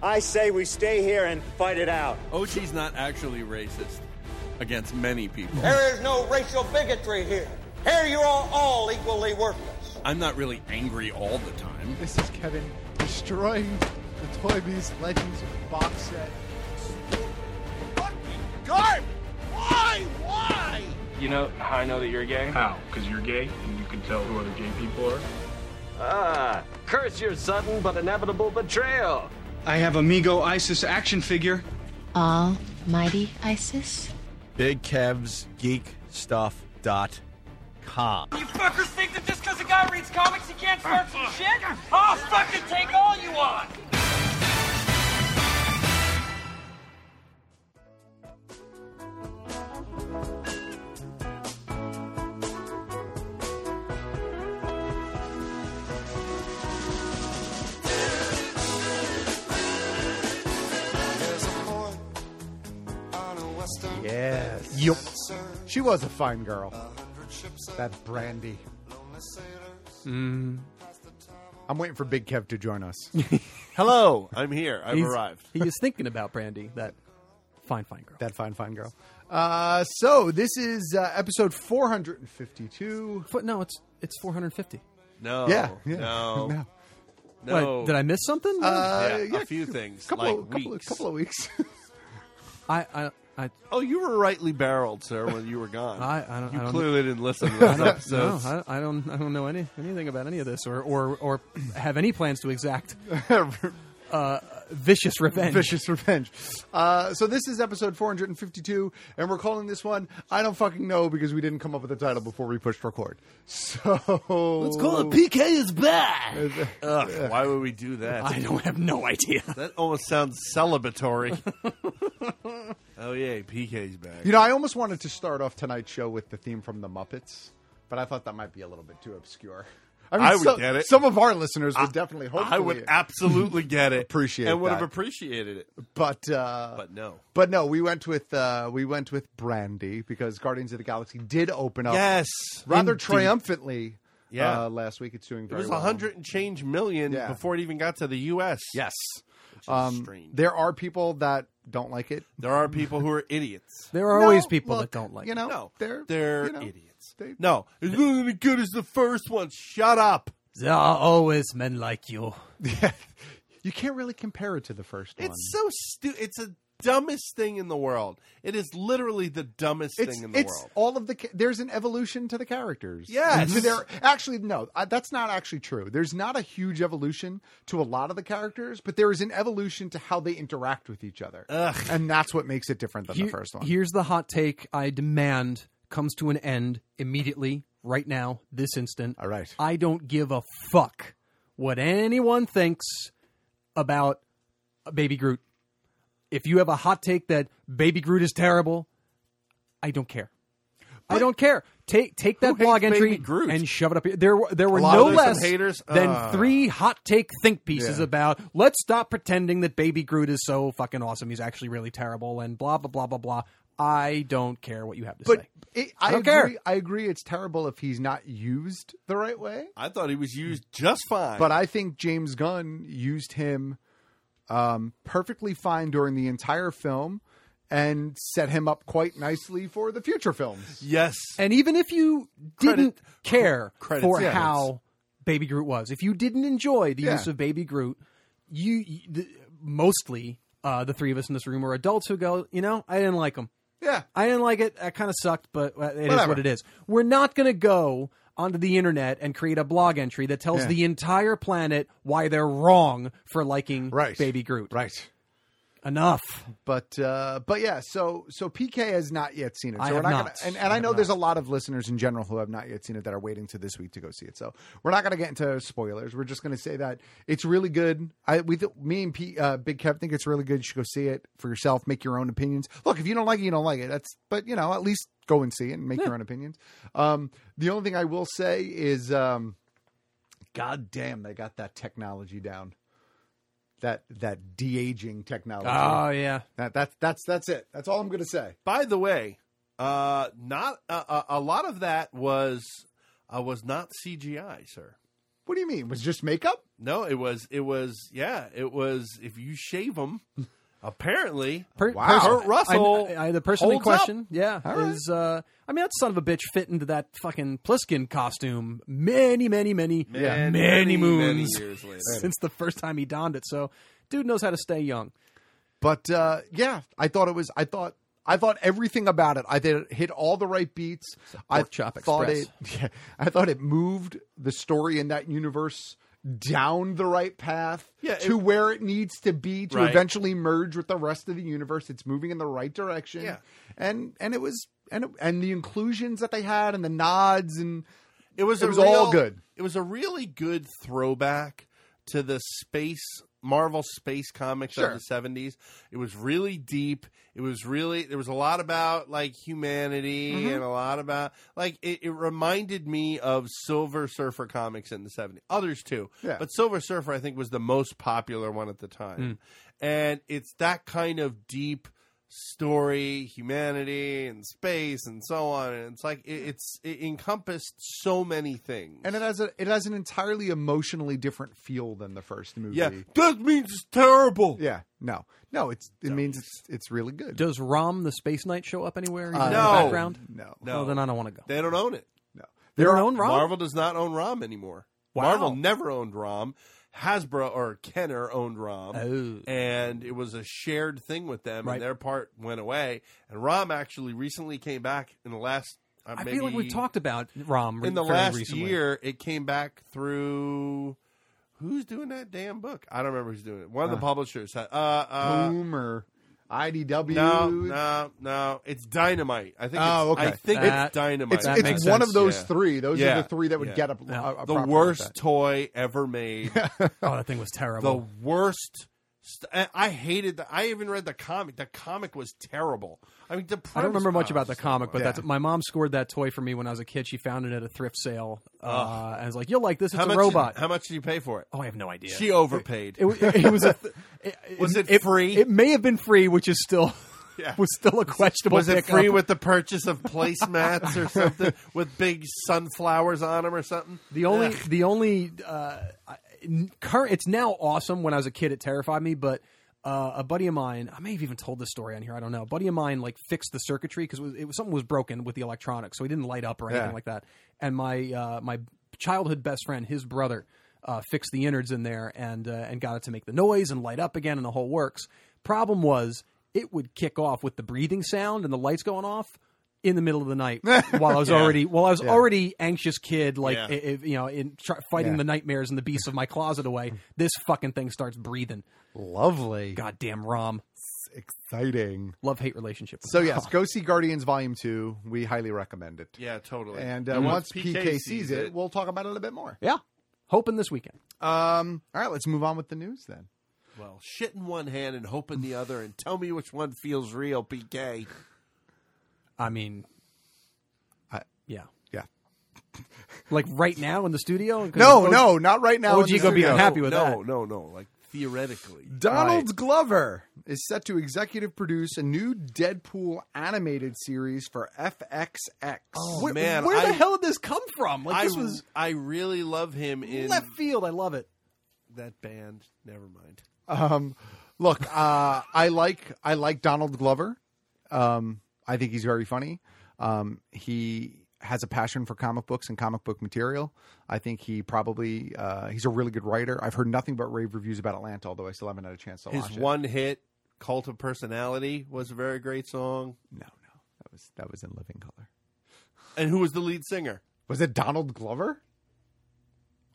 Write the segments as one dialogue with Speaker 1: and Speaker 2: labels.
Speaker 1: I say we stay here and fight it out.
Speaker 2: OG's not actually racist against many people.
Speaker 3: There is no racial bigotry here. Here you are all equally worthless.
Speaker 2: I'm not really angry all the time.
Speaker 4: This is Kevin destroying the Toy Biz Legends box set.
Speaker 3: Garb! Why? Why?
Speaker 5: You know how I know that you're gay?
Speaker 6: How? Because you're gay and you can tell who other gay people are?
Speaker 7: Ah, curse your sudden but inevitable betrayal.
Speaker 8: I have Amigo Isis action figure.
Speaker 9: Almighty Isis?
Speaker 2: Big Kev's Geek Stuff dot com.
Speaker 10: You fuckers think that just because a guy reads comics he can't start some shit? I'll fucking take all you want!
Speaker 4: Yes.
Speaker 11: Yup.
Speaker 4: She was a fine girl. That brandy. I'm waiting for Big Kev to join us.
Speaker 2: Hello, I'm here. I've
Speaker 12: He's-
Speaker 2: arrived.
Speaker 12: He is thinking about Brandy, that fine, fine girl.
Speaker 4: that fine, fine girl. Uh, so this is uh, episode 452.
Speaker 12: But no, it's it's 450.
Speaker 2: No.
Speaker 4: yeah, Oh, yeah.
Speaker 2: No.
Speaker 4: No.
Speaker 2: No.
Speaker 13: Oh.
Speaker 12: Wait, did I miss something?
Speaker 4: Uh,
Speaker 2: Yeah,
Speaker 4: yeah,
Speaker 2: a few things.
Speaker 4: Couple,
Speaker 2: like
Speaker 4: of, couple, of,
Speaker 2: weeks.
Speaker 4: couple of weeks.
Speaker 12: I, I, I,
Speaker 2: Oh, you were rightly barreled, sir, when you were gone.
Speaker 12: I- I don't-
Speaker 2: you
Speaker 12: I don't-
Speaker 2: clearly didn't listen to
Speaker 12: I
Speaker 2: those
Speaker 12: don't, no,
Speaker 2: episodes.
Speaker 12: I, I don't, I don't know any anything about any of this, or or or have any plans to exact uh, vicious revenge.
Speaker 4: Vicious Revenge. Uh, so this is episode 452, and we're calling this one I Don't Fucking Know because we didn't come up with a title before we pushed record. So let's
Speaker 2: PK is bad. Ugh, why would we do that?
Speaker 12: I don't have no idea.
Speaker 2: That almost sounds celebratory. oh yeah, PK's back.
Speaker 4: You know, I almost wanted to start off tonight's show with the theme from the Muppets, but I thought that might be a little bit too obscure. mean,
Speaker 2: I would
Speaker 4: some,
Speaker 2: get it.
Speaker 4: Some of our listeners would definitely, hopefully,
Speaker 2: I would absolutely get it.
Speaker 4: Appreciate
Speaker 2: and would
Speaker 4: that.
Speaker 2: have appreciated it.
Speaker 4: but uh,
Speaker 2: But no.
Speaker 4: but no, we went with uh, we went with Brandy because Guardians of the Galaxy did open up
Speaker 2: Yes.
Speaker 4: rather
Speaker 2: Indeed.
Speaker 4: triumphantly.
Speaker 2: Yeah.
Speaker 4: uh, last week it's doing
Speaker 2: It
Speaker 4: very
Speaker 2: was a
Speaker 4: well.
Speaker 2: hundred and change million
Speaker 4: Yeah.
Speaker 2: before it even got to the U.S.
Speaker 4: Yes,
Speaker 2: Which is
Speaker 4: um,
Speaker 2: strange.
Speaker 4: there are people that don't like it.
Speaker 2: There are people who are idiots.
Speaker 12: There are always
Speaker 4: No,
Speaker 12: people
Speaker 4: look,
Speaker 12: that don't like.
Speaker 4: you know.
Speaker 2: No,
Speaker 4: they're
Speaker 2: they're
Speaker 4: you know,
Speaker 2: idiots.
Speaker 4: they-
Speaker 2: no, it's not as good as the first one. Shut up.
Speaker 12: it. There are always men like you.
Speaker 4: You can't really compare it to the first one.
Speaker 2: It's so stupid. It's the dumbest thing in the world. It is literally the dumbest
Speaker 4: it's,
Speaker 2: thing in the
Speaker 4: it's
Speaker 2: world.
Speaker 4: all of the ca- there's an evolution to the characters.
Speaker 2: Yes.
Speaker 4: So there actually no, I, that's not actually true. There's not a huge evolution to a lot of the characters, but there is an evolution to how they interact with each other,
Speaker 2: Ugh.
Speaker 4: and that's what makes it different than the
Speaker 12: Here-
Speaker 4: first one.
Speaker 12: Here's the hot take I demand comes to an end immediately, right now, this instant.
Speaker 4: All right.
Speaker 12: I don't give a fuck what anyone thinks about Baby Groot. If you have a hot take that Baby Groot is terrible, I don't care. I don't care. Take take that
Speaker 2: hates
Speaker 12: blog entry
Speaker 2: Baby Groot?
Speaker 12: and shove it up. here. There were there were
Speaker 2: lot
Speaker 12: no
Speaker 2: of those
Speaker 12: less
Speaker 2: haters?
Speaker 12: than
Speaker 2: Ah.
Speaker 12: three hot take think pieces
Speaker 4: Yeah.
Speaker 12: about let's stop pretending that Baby Groot is so fucking awesome. He's actually really terrible and blah blah blah blah blah. I don't care what you have to
Speaker 4: but
Speaker 12: say.
Speaker 4: it,
Speaker 12: I
Speaker 4: I,
Speaker 12: don't
Speaker 4: agree.
Speaker 12: care.
Speaker 4: I agree. It's terrible if he's not used the right way.
Speaker 2: I thought he was used just fine.
Speaker 4: But I think James Gunn used him um, perfectly fine during the entire film and set him up quite nicely for the future films.
Speaker 2: yes,
Speaker 12: And even if you didn't care
Speaker 2: credits,
Speaker 12: for
Speaker 2: yeah.
Speaker 12: how Baby Groot was, if you didn't enjoy the
Speaker 4: Yeah.
Speaker 12: use of Baby Groot, you, you the, mostly uh, the three of us in this room are adults who go, you know, I didn't like him.
Speaker 4: Yeah.
Speaker 12: I didn't like it. That kind of sucked, but uh, it is
Speaker 4: Whatever.
Speaker 12: what it is. We're not going to go onto the internet and create a blog entry that tells
Speaker 4: Yeah.
Speaker 12: the entire planet why they're wrong for liking
Speaker 4: Right.
Speaker 12: Baby Groot.
Speaker 4: Right.
Speaker 12: Enough.
Speaker 4: But uh, but yeah, so so PK has not yet seen it. So
Speaker 12: I
Speaker 4: we're
Speaker 12: have
Speaker 4: not, gonna-
Speaker 12: not.
Speaker 4: and,
Speaker 12: I
Speaker 4: and I
Speaker 12: have
Speaker 4: know there's a
Speaker 12: not.
Speaker 4: lot of listeners in general who have not yet seen it that are waiting to this week to go see it. So we're not going to get into spoilers. We're just going to say that it's really good. I we th- me and P, uh, Big Kev think it's really good. You should go see it for yourself. Make your own opinions. Look, if you don't like it, you don't like it. That's but you know at least go and see it and make your own opinions. Um, the only thing I will say is, um, God damn, they got that technology down. That that de aging technology.
Speaker 2: Oh, yeah.
Speaker 4: That that's that's that's it. That's all I'm going to say.
Speaker 2: By the way, uh, not uh, uh, a lot of that was uh, was not CGI, sir.
Speaker 4: What do you mean? Was just makeup?
Speaker 2: No, it was. It was. Yeah, it was. If you shave them, apparently, Kurt Russell,
Speaker 12: I, I- the person in
Speaker 2: holds up.
Speaker 12: question, yeah, is. Uh, I mean, that son of a bitch fit into that fucking Pliskin costume many, many, many,
Speaker 2: Many,
Speaker 12: many,
Speaker 2: many
Speaker 12: moons
Speaker 2: years later.
Speaker 12: since the first time he donned it. So, dude knows how to stay young.
Speaker 4: But uh, yeah, I thought it was. I thought I thought everything about it. I did it hit all the right beats. I
Speaker 12: pork chop
Speaker 4: thought
Speaker 12: express.
Speaker 4: it. Yeah, I thought it moved the story in that universe down the right path
Speaker 2: Yeah, it-
Speaker 4: to where it needs to be to
Speaker 2: Right.
Speaker 4: eventually merge with the rest of the universe. It's moving in the right direction.
Speaker 2: Yeah.
Speaker 4: and and it was and it, and the inclusions that they had and the nods and
Speaker 2: It was
Speaker 4: it
Speaker 2: a
Speaker 4: was
Speaker 2: real-
Speaker 4: all good.
Speaker 2: It was a really good throwback to the space Marvel space comics
Speaker 4: Sure.
Speaker 2: of the seventies. It was really deep. It was really there was a lot about like humanity
Speaker 4: Mm-hmm.
Speaker 14: Mhm.
Speaker 2: and a lot about like it, it reminded me of Silver Surfer comics in the seventies. Others too.
Speaker 14: Yeah.
Speaker 2: But Silver Surfer I think was the most popular one at the time.
Speaker 4: Hmm.
Speaker 2: And it's that kind of deep story, humanity, and space, and so on. And it's like it, it's it encompassed so many things.
Speaker 4: And it has a it has an entirely emotionally different feel than the first movie.
Speaker 2: Yeah, that means it's terrible.
Speaker 4: Yeah, no, no, it's it means it's it's really good.
Speaker 12: Does Rom the Space Knight show up anywhere? He's
Speaker 4: Uh,
Speaker 12: in
Speaker 4: no.
Speaker 12: the background?
Speaker 4: No.
Speaker 12: Well, then I don't want to go.
Speaker 2: They don't own it. No,
Speaker 12: They don't own ROM?
Speaker 2: Oh, Marvel does not own ROM anymore. Marvel never owned ROM. Hasbro or Kenner owned ROM, and it was a shared thing with them,
Speaker 12: Oh. Right.
Speaker 2: and their part went away. And ROM actually recently came back in the last. Uh,
Speaker 12: I feel like
Speaker 2: maybe-
Speaker 12: we've talked about Rom re-
Speaker 2: in the
Speaker 12: fairly
Speaker 2: last
Speaker 12: recently.
Speaker 2: year. It came back through who's doing that damn book? I don't remember who's doing it. One of the
Speaker 4: Uh,
Speaker 2: publishers. had- Uh, uh,
Speaker 4: Boom or IDW.
Speaker 2: no, no, no. It's Dynamite. I think.
Speaker 4: Oh,
Speaker 2: it's,
Speaker 4: okay.
Speaker 2: I think
Speaker 4: That-
Speaker 2: it's Dynamite.
Speaker 4: It's- That it's makes one of sense. those three. Those are
Speaker 2: Yeah,
Speaker 4: the three that would
Speaker 2: yeah.
Speaker 4: get uh, a- a- a
Speaker 2: the
Speaker 4: proper
Speaker 2: worst
Speaker 4: like that.
Speaker 2: toy ever made.
Speaker 12: oh, that thing was terrible.
Speaker 2: The worst. St- I- I hated the. I even read the comic. The comic was terrible. I mean, the
Speaker 12: I don't remember
Speaker 2: premise-
Speaker 12: much about the comic, but
Speaker 2: Yeah.
Speaker 12: that's my mom scored that toy for me when I was a kid. She found it at a thrift sale. Uh,
Speaker 2: Ugh.
Speaker 12: and I was like, "You'll like this. It's
Speaker 2: how
Speaker 12: a
Speaker 2: much
Speaker 12: robot."
Speaker 2: Did, how much did you pay for it?
Speaker 12: Oh, I have no idea.
Speaker 2: She overpaid.
Speaker 12: It, it, it was a th-
Speaker 2: was it, free?
Speaker 12: It may have been free, which is still
Speaker 2: Yeah.
Speaker 12: was still a questionable.
Speaker 2: Was it
Speaker 12: pickup.
Speaker 2: free with the purchase of placemats or something with big sunflowers on them or something?
Speaker 12: The only
Speaker 2: Ugh.
Speaker 12: the only uh, I- n- current it's now awesome. When I was a kid, it terrified me, but. Uh, a buddy of mine, I may have even told this story on here. I don't know. A buddy of mine like fixed the circuitry because it was, it was something was broken with the electronics, so he didn't light up or anything
Speaker 15: Yeah.
Speaker 12: like that. And my uh, my childhood best friend, his brother, uh, fixed the innards in there and uh, and got it to make the noise and light up again and the whole works. Problem was, it would kick off with the breathing sound and the lights going off in the middle of the night while I was
Speaker 2: Yeah.
Speaker 12: already while I was
Speaker 2: Yeah.
Speaker 12: already anxious kid like
Speaker 2: Yeah.
Speaker 12: i- if, you know, in try, fighting
Speaker 2: Yeah.
Speaker 12: the nightmares and the beasts of my closet away, this fucking thing starts breathing.
Speaker 4: Lovely.
Speaker 12: Goddamn Rom.
Speaker 4: exciting.
Speaker 12: Love hate relationship.
Speaker 4: So yes, go see Guardians Volume Two. We highly recommend it.
Speaker 2: Yeah, totally.
Speaker 4: And, uh, once PK sees it, we'll talk about it a bit more.
Speaker 12: Yeah, hoping this weekend.
Speaker 4: Um, all right, let's move on with the news then.
Speaker 2: Well, shit in one hand and hope in the other, and tell me which one feels real, PK.
Speaker 12: I mean,
Speaker 4: I,
Speaker 12: yeah,
Speaker 4: yeah.
Speaker 12: Like right now in the studio? 'Cause
Speaker 4: No,
Speaker 12: O-
Speaker 4: no, not right now.
Speaker 12: OG gonna be unhappy with
Speaker 2: no,
Speaker 12: that.
Speaker 2: No, no, Like theoretically,
Speaker 4: Donald Glover is set to executive produce a new Deadpool animated series for FXX.
Speaker 2: Oh
Speaker 12: Where-
Speaker 2: man,
Speaker 12: where the
Speaker 2: I-
Speaker 12: hell did this come from? Like
Speaker 2: I,
Speaker 12: this was
Speaker 2: I really love him in
Speaker 12: left field. I love it.
Speaker 2: that band. Never mind.
Speaker 4: Um, look, uh, I like I like Donald Glover. Um, I think he's very funny. Um, he has a passion for comic books and comic book material. I think he probably uh, he's a really good writer. I've heard nothing but rave reviews about Atlanta, although I still haven't had a chance to watch
Speaker 2: His
Speaker 4: it.
Speaker 2: one hit, "Cult of Personality," was a very great song.
Speaker 4: No, no, that was that was in Living Color.
Speaker 2: And who was the lead singer?
Speaker 4: Was it Donald Glover?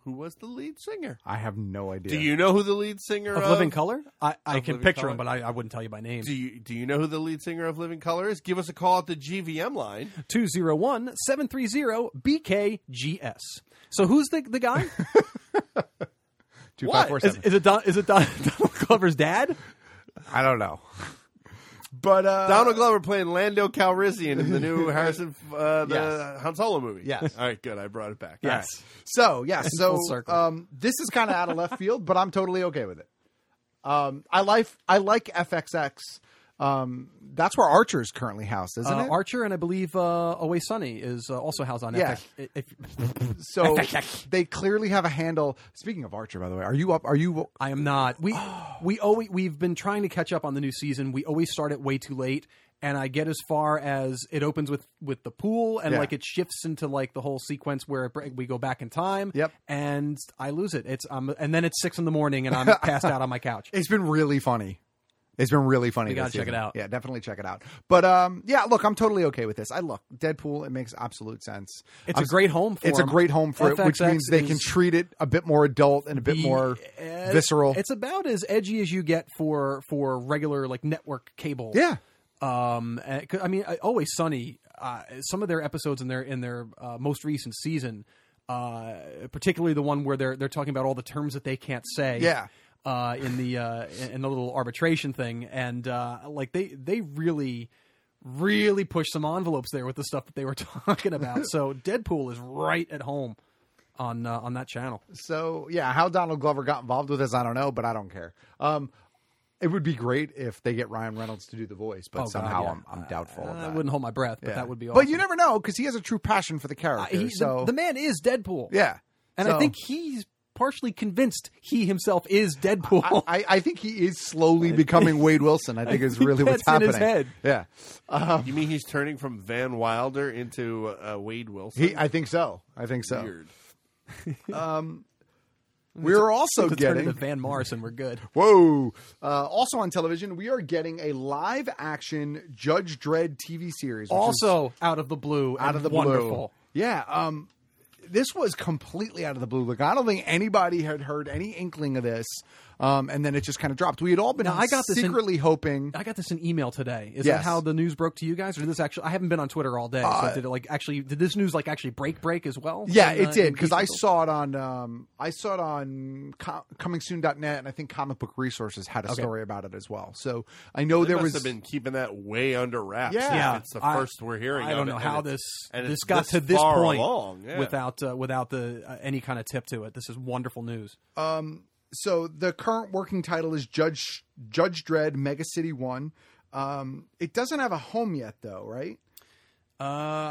Speaker 2: who was the lead singer?
Speaker 4: I have no idea.
Speaker 2: Do you know who the lead singer of,
Speaker 12: of Living Color? I, I
Speaker 2: of
Speaker 12: can
Speaker 2: Living
Speaker 12: picture
Speaker 2: Colour?
Speaker 12: him, but I, I wouldn't tell you by name.
Speaker 2: Do you do you know who the lead singer of Living Color is? Give us a call at the GVM line.
Speaker 12: 201 730 BKGS. So who's the, the guy?
Speaker 4: Two five four
Speaker 12: Is,
Speaker 4: seven.
Speaker 12: is it, Don, is it Don, Donald Glover's dad?
Speaker 4: I don't know. But uh,
Speaker 2: Donald Glover playing Lando Calrissian in the new Harrison uh, the
Speaker 4: Yes.
Speaker 2: Han Solo movie.
Speaker 4: Yes.
Speaker 2: All right, good. I brought it back.
Speaker 4: Yes. So yeah,
Speaker 12: It's
Speaker 4: so
Speaker 12: full circle.
Speaker 4: um, this is kind of out of left field, but I'm totally okay with it. Um, I like I like FXX. Um, that's where Archer is currently housed, isn't
Speaker 12: Uh,
Speaker 4: it?
Speaker 12: Archer and I believe uh, Always Sunny is uh, also housed on
Speaker 4: Yeah.
Speaker 12: FX. If,
Speaker 4: so they clearly have a handle. Speaking of Archer, by the way, are you up? Are you?
Speaker 12: I am not. We we always we've been trying to catch up on the new season. We always start it way too late, and I get as far as it opens with with the pool, and
Speaker 4: Yeah.
Speaker 12: like it shifts into like the whole sequence where it, br- we go back in time.
Speaker 4: Yep.
Speaker 12: and I lose it. It's um, and then it's six in the morning, and I'm passed out on my couch.
Speaker 4: It's been really funny. It's been really funny.
Speaker 12: We
Speaker 4: this
Speaker 12: gotta check
Speaker 4: season.
Speaker 12: it out.
Speaker 4: Yeah, definitely check it out. But um, yeah, look, I'm totally okay with this. I look Deadpool. It makes absolute sense.
Speaker 12: It's
Speaker 4: I'm
Speaker 12: a great home for
Speaker 4: It's a
Speaker 12: him.
Speaker 4: great home for it, which
Speaker 12: FXX
Speaker 4: means they can
Speaker 12: is-
Speaker 4: treat it a bit more adult and a bit
Speaker 12: be
Speaker 4: more
Speaker 12: as-
Speaker 4: visceral.
Speaker 12: eh, It's about as edgy as you get for for regular like network cable.
Speaker 4: Yeah.
Speaker 12: Um, and- 'cause, I mean, I- Always Sunny. Uh, some of their episodes in their in their uh, most recent season, uh, particularly the one where they're they're talking about all the terms that they can't say.
Speaker 4: Yeah.
Speaker 12: Uh, in the uh, in- in the little arbitration thing, and uh, like they they really really pushed some envelopes there with the stuff that they were talking about. so Deadpool is right at home on uh, on that channel.
Speaker 4: So yeah, how Donald Glover got involved with this, I don't know, but I don't care. Um, it would be great if they get Ryan Reynolds to do the voice, but
Speaker 12: Oh, God,
Speaker 4: somehow
Speaker 12: yeah. Uh,
Speaker 4: I'm, I'm doubtful. of
Speaker 12: I
Speaker 4: that.
Speaker 12: wouldn't hold my breath, but
Speaker 4: Yeah.
Speaker 12: that would be. Awesome.
Speaker 4: But you never know because he has a true passion for the
Speaker 12: Uh,
Speaker 4: character.
Speaker 12: he- the-
Speaker 4: so
Speaker 12: the, man is Deadpool.
Speaker 4: yeah,
Speaker 12: and
Speaker 4: So-
Speaker 12: I think he's partially convinced he himself is Deadpool.
Speaker 4: I, I think he is slowly becoming Wade Wilson. I think is really what's
Speaker 12: that's in
Speaker 4: happening.
Speaker 12: his
Speaker 4: Yeah,
Speaker 2: you mean he's turning from Van Wilder into uh, Wade Wilson?
Speaker 4: he. I think so. I think so.
Speaker 2: Weird.
Speaker 4: Um, we're also
Speaker 12: Let's turn
Speaker 4: getting
Speaker 12: into Van Morrison. We're good.
Speaker 4: Whoa! Uh, also on television, we are getting a live-action Judge Dredd TV series. which is
Speaker 12: Also out of the blue,
Speaker 4: out
Speaker 12: and
Speaker 4: of the
Speaker 12: wonderful.
Speaker 4: blue. Yeah. Um, this was completely out of the blue. Like I don't think anybody had heard any inkling of this, um, and then it just kind of dropped. We had all been
Speaker 12: Now, I got this in-
Speaker 4: secretly hoping.
Speaker 12: I got this in email today. Is
Speaker 4: Yes.
Speaker 12: that how the news broke to you guys, or did this actually? I haven't been on Twitter all day.
Speaker 4: Uh,
Speaker 12: so did it like actually? Did this news like actually break break as well?
Speaker 4: Yeah,
Speaker 12: in,
Speaker 4: it
Speaker 12: uh,
Speaker 4: did
Speaker 12: in
Speaker 4: because I
Speaker 12: Geekville?
Speaker 4: saw it on um, I saw it on co- comingsoon.net and I think Comic Book Resources had a
Speaker 12: Okay.
Speaker 4: story about it as well. So I know
Speaker 12: oh,
Speaker 2: They
Speaker 4: there
Speaker 2: must
Speaker 4: was
Speaker 2: have been keeping that way under wraps.
Speaker 4: Yeah.
Speaker 2: if
Speaker 4: Yeah,
Speaker 2: it's the
Speaker 12: I-
Speaker 2: first we're hearing.
Speaker 12: I
Speaker 2: of
Speaker 12: don't
Speaker 2: it,
Speaker 12: know
Speaker 2: and
Speaker 12: how
Speaker 2: it's-
Speaker 12: this
Speaker 2: and
Speaker 12: this
Speaker 2: it's
Speaker 12: got to this
Speaker 2: far
Speaker 12: point
Speaker 2: along, yeah.
Speaker 12: without uh, without the uh, any kind of tip to it. This is wonderful news.
Speaker 4: um, so the current working title is Judge Judge Dredd Mega City One. Um, it doesn't have a home yet though, right?
Speaker 12: Uh,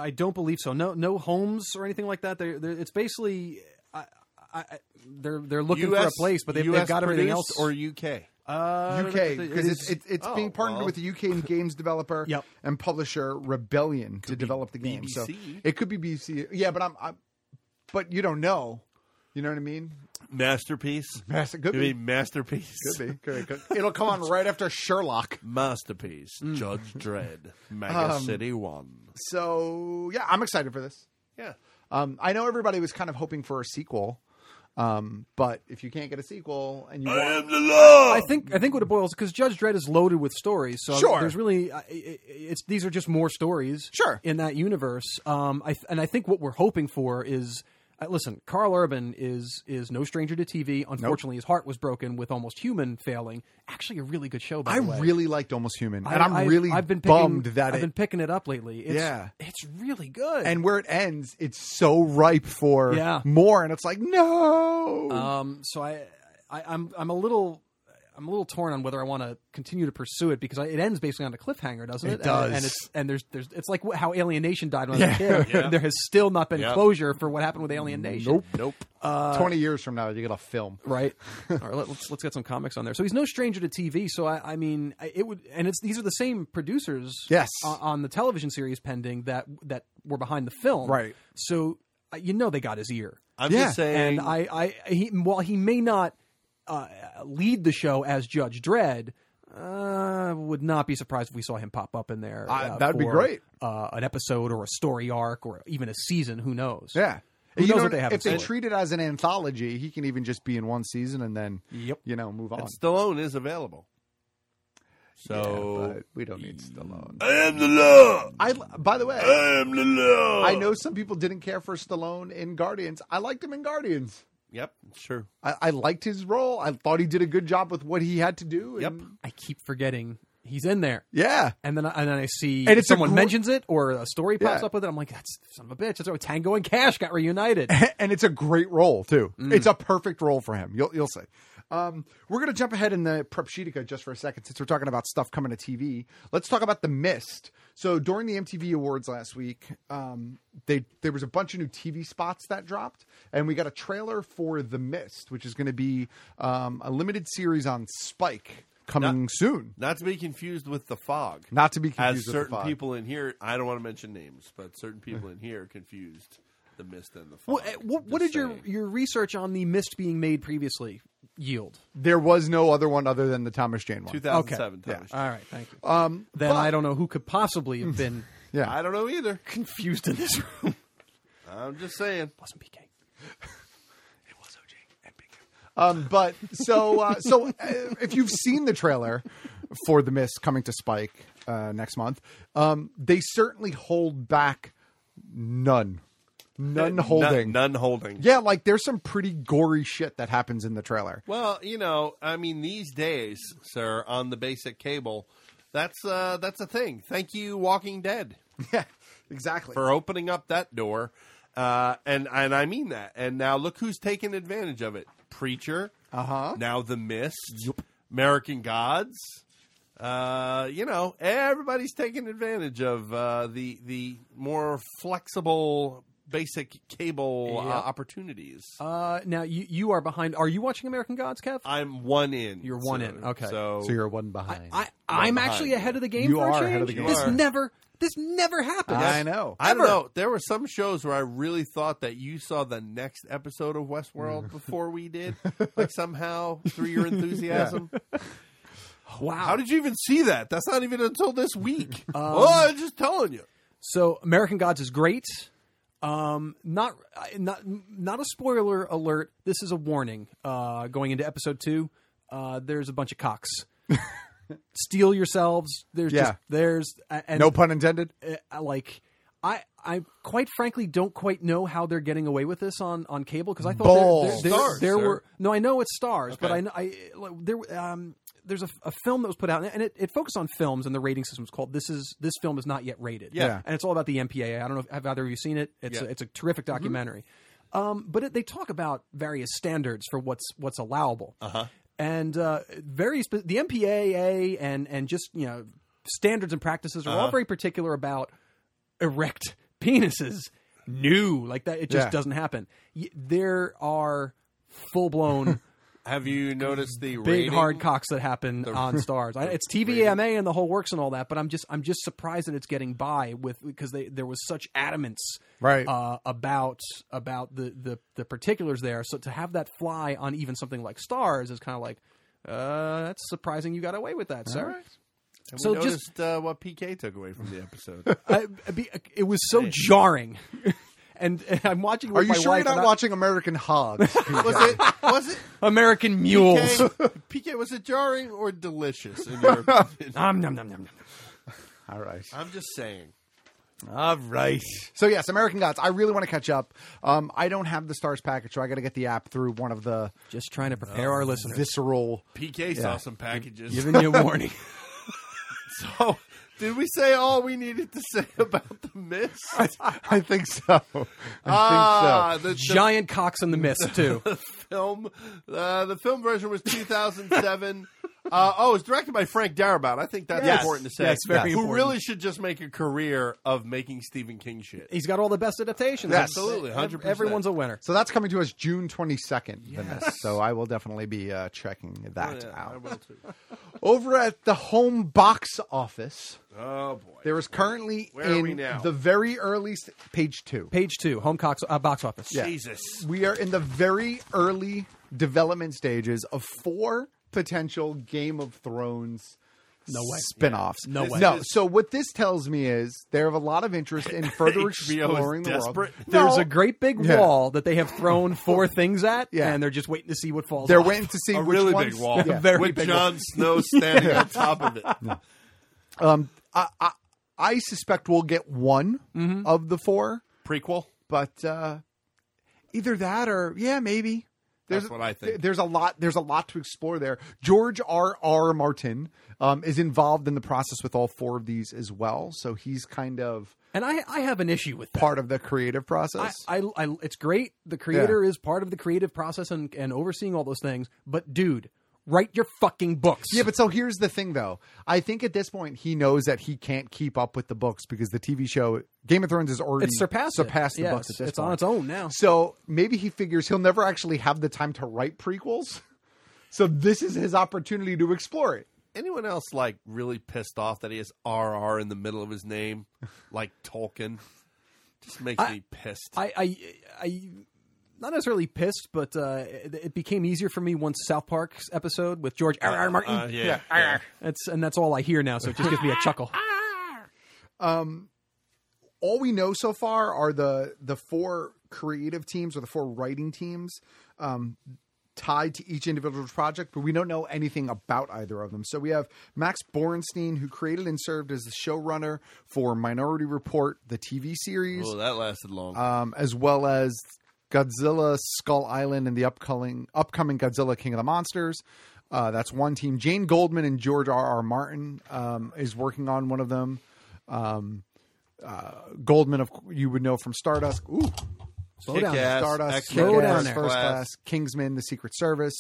Speaker 12: I don't believe so. No, no homes or anything like that. They're, they're, it's basically I, I, I- they're they're looking for a
Speaker 2: US
Speaker 12: place, but they've,
Speaker 2: US
Speaker 12: they've got everything else.
Speaker 2: produced or UK.
Speaker 12: uh,
Speaker 4: UK
Speaker 12: it
Speaker 4: because it's
Speaker 12: is-
Speaker 4: it's, it's
Speaker 2: oh,
Speaker 4: being partnered
Speaker 2: well.
Speaker 4: with the UK games developer
Speaker 12: Yep.
Speaker 4: and publisher Rebellion to develop the game. So
Speaker 2: BBC.
Speaker 4: it could be BBC. Yeah, but I'm, I'm but you don't know. You know what I mean?
Speaker 2: Masterpiece.
Speaker 4: Master- could
Speaker 2: Could
Speaker 4: be.
Speaker 2: masterpiece.
Speaker 4: Could be. Could be. Could It'll come on right after Sherlock.
Speaker 2: Masterpiece.
Speaker 12: Mm.
Speaker 2: Judge Dredd. Mega
Speaker 4: Um,
Speaker 2: City One.
Speaker 4: So yeah, I'm excited for this.
Speaker 2: Yeah.
Speaker 4: Um, I know everybody was kind of hoping for a sequel, um, but if you can't get a sequel and you want,
Speaker 2: the law.
Speaker 12: I think I think what it boils because Judge Dredd is loaded with stories. So
Speaker 4: Sure.
Speaker 12: there's really I- I- it's these are just more stories.
Speaker 4: Sure.
Speaker 12: in that universe. Um, I th- and I think what we're hoping for is. Uh, listen, Carl Urban is is no stranger to TV. Unfortunately, his heart was broken with Almost Human failing. Actually, a really good show. By
Speaker 4: I
Speaker 12: the way,
Speaker 4: really liked Almost Human,
Speaker 12: I-
Speaker 4: and I'm
Speaker 12: I've-
Speaker 4: really
Speaker 12: I've been picking,
Speaker 4: bummed that
Speaker 12: I've
Speaker 4: it
Speaker 12: been picking it up lately. It's,
Speaker 4: Yeah.
Speaker 12: it's really good.
Speaker 4: and where it ends, it's so ripe for
Speaker 12: Yeah.
Speaker 4: more, and it's like no.
Speaker 12: um, so I, I, I'm I'm a little I'm a little torn on whether I want to continue to pursue it because I, it ends basically on a cliffhanger, doesn't
Speaker 4: It
Speaker 12: it? And-
Speaker 4: does.
Speaker 12: And, it's and there's there's it's like wh- how Alien Nation died when I was
Speaker 4: Yeah.
Speaker 12: a kid. There has still not been
Speaker 2: Yeah.
Speaker 12: closure for what happened with Alien Nation.
Speaker 4: nope.
Speaker 2: Nope.
Speaker 12: Uh,
Speaker 4: Twenty years from now, you get a film.
Speaker 12: Right. All right. Let, us let's get some comics on there. So he's no stranger to TV. So I, I mean, I- it would, and it's these are the same producers.
Speaker 4: Yes.
Speaker 12: o- On, the television series pending that that were behind the film.
Speaker 4: Right.
Speaker 12: So uh, you know they got his ear.
Speaker 2: I'm
Speaker 4: Yeah,
Speaker 2: just saying.
Speaker 12: and I, I he, while he may not uh, lead the show as Judge Dredd, uh, would not be surprised if we saw him pop up in there.
Speaker 4: I-
Speaker 12: uh,
Speaker 4: that'd be
Speaker 12: for,
Speaker 4: great.
Speaker 12: Uh, an episode or a story arc or even a season. Who knows?
Speaker 4: Yeah.
Speaker 12: Who
Speaker 4: You
Speaker 12: knows
Speaker 4: know,
Speaker 12: what they have? in
Speaker 4: If they
Speaker 12: store.
Speaker 4: treat it as an anthology, he can even just be in one season and then
Speaker 12: yep.
Speaker 4: you know move on.
Speaker 2: And Stallone is available. So
Speaker 4: but we don't need Stallone.
Speaker 2: I am the law.
Speaker 4: I by the way,
Speaker 2: I am the law.
Speaker 4: I know some people didn't care for Stallone in Guardians. I liked him in Guardians.
Speaker 2: Yep, it's true.
Speaker 4: I, I liked his role. I thought he did a good job with what he had to do. And, yep.
Speaker 12: I keep forgetting he's in there.
Speaker 4: Yeah.
Speaker 12: And then I- and then I see
Speaker 4: And it's a
Speaker 12: someone
Speaker 4: gr-
Speaker 12: mentions it or a story pops
Speaker 4: Yeah.
Speaker 12: up with it. I'm like, that's son of a bitch. That's right. Tango and Cash got reunited.
Speaker 4: and it's a great role too.
Speaker 2: Mm.
Speaker 4: It's a perfect role for him. You'll you'll see. Um, we're gonna jump ahead in the Prepshitica just for a second, since we're talking about stuff coming to TV. Let's talk about the Mist. So during the MTV Awards last week, um, they there was a bunch of new TV spots that dropped, and we got a trailer for the Mist, which is going to be um, a limited series on Spike coming soon.
Speaker 2: Not to be confused with the fog.
Speaker 4: Not to be confused with
Speaker 2: As
Speaker 4: The
Speaker 2: certain
Speaker 4: Fog.
Speaker 2: people in here, I don't want to mention names, but certain people in here confused the mist and the
Speaker 4: eh,
Speaker 2: fog.
Speaker 12: What, eh, what, what did your, your research on the mist being made previously yield?
Speaker 4: There was no other one other than the Thomas Jane one.
Speaker 2: 2007
Speaker 12: Okay.
Speaker 2: Thomas.
Speaker 12: All right, thank you.
Speaker 4: Um,
Speaker 12: then
Speaker 4: but-
Speaker 12: I don't know who could possibly have been
Speaker 4: Yeah.
Speaker 2: I don't know either.
Speaker 12: confused in this room.
Speaker 2: I'm just saying.
Speaker 12: Wasn't PK.
Speaker 4: Um, but so uh, so uh, if you've seen the trailer for The Mist coming to Spike uh, next month, um, they certainly hold back none, none holding.
Speaker 2: Eh, None, none holding.
Speaker 4: Yeah, like there's some pretty gory shit that happens in the trailer.
Speaker 2: Well, you know, I mean, these days, sir, on the basic cable, that's uh, that's a thing. Thank you, Walking Dead,
Speaker 4: Yeah, exactly.
Speaker 2: for opening up that door, uh, and and I mean that. And now look who's taking advantage of it: Preacher,
Speaker 4: Uh
Speaker 12: Uh-huh.
Speaker 4: huh.
Speaker 2: now The Mist, American Gods. Uh, you know, everybody's taking advantage of uh, the the more flexible basic cable uh,
Speaker 12: Yeah.
Speaker 2: opportunities.
Speaker 12: Uh, now you you are behind. Are you watching American Gods, Kev?
Speaker 2: I'm one in.
Speaker 12: You're one
Speaker 2: so-
Speaker 12: in. Okay.
Speaker 2: So,
Speaker 4: So you're one behind.
Speaker 12: I, I'm
Speaker 2: behind.
Speaker 12: actually ahead of the game.
Speaker 4: You
Speaker 12: for a
Speaker 4: are ahead of
Speaker 12: change.
Speaker 4: the game.
Speaker 12: This
Speaker 2: You are.
Speaker 12: never this never happens.
Speaker 4: I know.
Speaker 2: I don't
Speaker 12: Ever.
Speaker 2: know. There were some shows where I really thought that you saw the next episode of Westworld before we did, like somehow through your enthusiasm.
Speaker 12: Wow.
Speaker 2: How did you even see that? That's not even until this week. oh, I'm just telling you.
Speaker 12: So American Gods is great. Um, not I- not not a spoiler alert. This is a warning. Uh, going into episode two, uh, there's a bunch of cocks. Steal yourselves. There's
Speaker 4: Yeah.
Speaker 12: just there's a- and
Speaker 4: no pun intended.
Speaker 12: uh, like I I quite frankly don't quite know how they're getting away with this on on cable because I thought there- there,
Speaker 4: Balls.
Speaker 12: there,
Speaker 2: Stars,
Speaker 12: there
Speaker 2: sir.
Speaker 12: were no I know it's stars but
Speaker 2: Okay.
Speaker 12: I kn- I like, there um there's a, a film that was put out and it, it focused on films and the rating system is called this is this film is not yet rated
Speaker 4: Yeah.
Speaker 12: and it's all about the MPAA I don't know if have either of you seen it it's
Speaker 2: Yeah.
Speaker 12: a, it's a terrific documentary. Um, but it, they talk about various standards for what's what's allowable, uh-huh. and uh, very spe- the MPAA and and just you know standards and practices are all very particular about erect penises. New like that, it just
Speaker 4: Yeah.
Speaker 12: doesn't happen. Y- There are full blown
Speaker 2: Have you noticed the
Speaker 12: big
Speaker 2: rating?
Speaker 12: hard cocks that happen on stars. I, it's TVMA and the whole works and all that, but I'm just I'm just surprised that it's getting by with because they there was such adamance
Speaker 4: Right.
Speaker 12: uh, about about the, the the particulars there. So to have that fly on even something like stars is kind of like uh, that's surprising. You got away with that, sir.
Speaker 2: Have we
Speaker 12: So just
Speaker 2: noticed uh, what PK took away from the episode.
Speaker 12: I, I be, it was so jarring, and, and I'm watching. it
Speaker 4: Are
Speaker 12: with
Speaker 4: you
Speaker 12: my
Speaker 4: sure
Speaker 12: wife
Speaker 4: you're not
Speaker 12: and I-
Speaker 4: watching American Hogs?
Speaker 2: was it? Was it?
Speaker 12: American Mules?
Speaker 2: PK, PK, was it jarring or delicious? In your opinion?
Speaker 12: Nom, nom, nom, nom, nom.
Speaker 4: All right.
Speaker 2: I'm just saying.
Speaker 4: All right. So yes, American Gods. I really want to catch up. Um, I don't have the Stars package, so I got to get the app through one of the
Speaker 12: Just trying to prepare
Speaker 4: Oh,
Speaker 12: our listeners.
Speaker 4: visceral.
Speaker 2: PK saw some packages.
Speaker 12: Giving you a warning.
Speaker 2: so, did we say all we needed to say about the mist?
Speaker 4: I think so. I
Speaker 2: ah,
Speaker 4: think
Speaker 2: the, the
Speaker 12: giant cocks in the mist too.
Speaker 2: film. Uh, the film version was 2007. uh, oh, it's directed by Frank Darabont. I think that's
Speaker 12: Yes.
Speaker 2: important to say.
Speaker 12: Yes, very
Speaker 2: Who
Speaker 12: important.
Speaker 2: really should just make a career of making Stephen King shit.
Speaker 12: He's got all the best adaptations.
Speaker 2: Yes. Absolutely, 100%.
Speaker 12: Everyone's a winner.
Speaker 4: so. So that's coming to us June twenty second. So I will definitely be uh, checking that
Speaker 2: Oh, I
Speaker 4: out.
Speaker 2: will too.
Speaker 4: Over at the home box office,
Speaker 2: Oh boy.
Speaker 4: there is currently
Speaker 2: Where are
Speaker 4: in
Speaker 2: we now?
Speaker 4: the very early st- page two.
Speaker 12: Page two, home cox, uh, box office.
Speaker 4: Yeah.
Speaker 2: Jesus.
Speaker 4: We are in the very early development stages of four potential Game of Thrones
Speaker 12: No way.
Speaker 4: spin-offs.
Speaker 12: Yeah. No way.
Speaker 4: No. So what this tells me is they have a lot of interest in further
Speaker 12: HBO
Speaker 4: exploring the world.
Speaker 12: There's
Speaker 4: No.
Speaker 12: a great big
Speaker 4: Yeah.
Speaker 12: wall that they have thrown four things at, and they're just waiting to see what falls.
Speaker 4: They're
Speaker 12: off.
Speaker 4: waiting to see A which really big ones- wall.
Speaker 12: Yeah,
Speaker 4: Yeah.
Speaker 12: Very
Speaker 4: With
Speaker 12: big
Speaker 4: Jon
Speaker 12: wall.
Speaker 4: Snow standing on top of it. Um, I, I I suspect we'll get one
Speaker 12: Mm-hmm.
Speaker 4: of the four
Speaker 2: prequel,
Speaker 4: but uh, either that or yeah, maybe. There's,
Speaker 2: That's what I think.
Speaker 4: There's a lot. There's a lot to explore there. George R. R. Martin um, is involved in the process with all four of these as well, so he's kind of
Speaker 12: And I, I have an issue with that.
Speaker 4: part of the creative process.
Speaker 12: I, I, I- it's great. The creator is part of the creative process and, and overseeing all those things. But dude, write your fucking books.
Speaker 4: Yeah, but so here's the thing, though. I think at this point he knows that he can't keep up with the books because the TV show Game of Thrones has already
Speaker 12: It's surpassed it.
Speaker 4: surpassed the
Speaker 12: Yeah,
Speaker 4: books
Speaker 12: it's-
Speaker 4: at this
Speaker 12: it's on
Speaker 4: point.
Speaker 12: its own now.
Speaker 4: So maybe he figures he'll never actually have the time to write prequels. So this is his opportunity to explore it.
Speaker 2: Anyone else like really pissed off that he has RR in the middle of his name, like Tolkien? Just makes
Speaker 12: I-
Speaker 2: me pissed.
Speaker 12: I, I, I, not necessarily pissed, but uh, it, it became easier for me once South Park's episode with George R. R. Martin.
Speaker 2: Uh, yeah, Yeah. yeah.
Speaker 12: That's and that's all I hear now, so it just gives me a chuckle.
Speaker 4: Um, all we know so far are the the four creative teams or the four writing teams um, tied to each individual project, but we don't know anything about either of them. So we have Max Borenstein, who created and served as the showrunner for Minority Report, the TV series,
Speaker 2: oh, that lasted long.
Speaker 4: um, as well as Godzilla, Skull Island, and the upcoming upcoming Godzilla King of the Monsters. Uh, that's one team. Jane Goldman and George R. R. Martin um, is working on one of them. Um, uh, Goldman, of cou- you would know from Stardust. Ooh,
Speaker 12: Slow down.
Speaker 2: Kick-Ass,
Speaker 4: Stardust,
Speaker 2: X-Men,
Speaker 4: Kick-Ass,
Speaker 2: First Class.
Speaker 4: First Class, Kingsman, The Secret Service,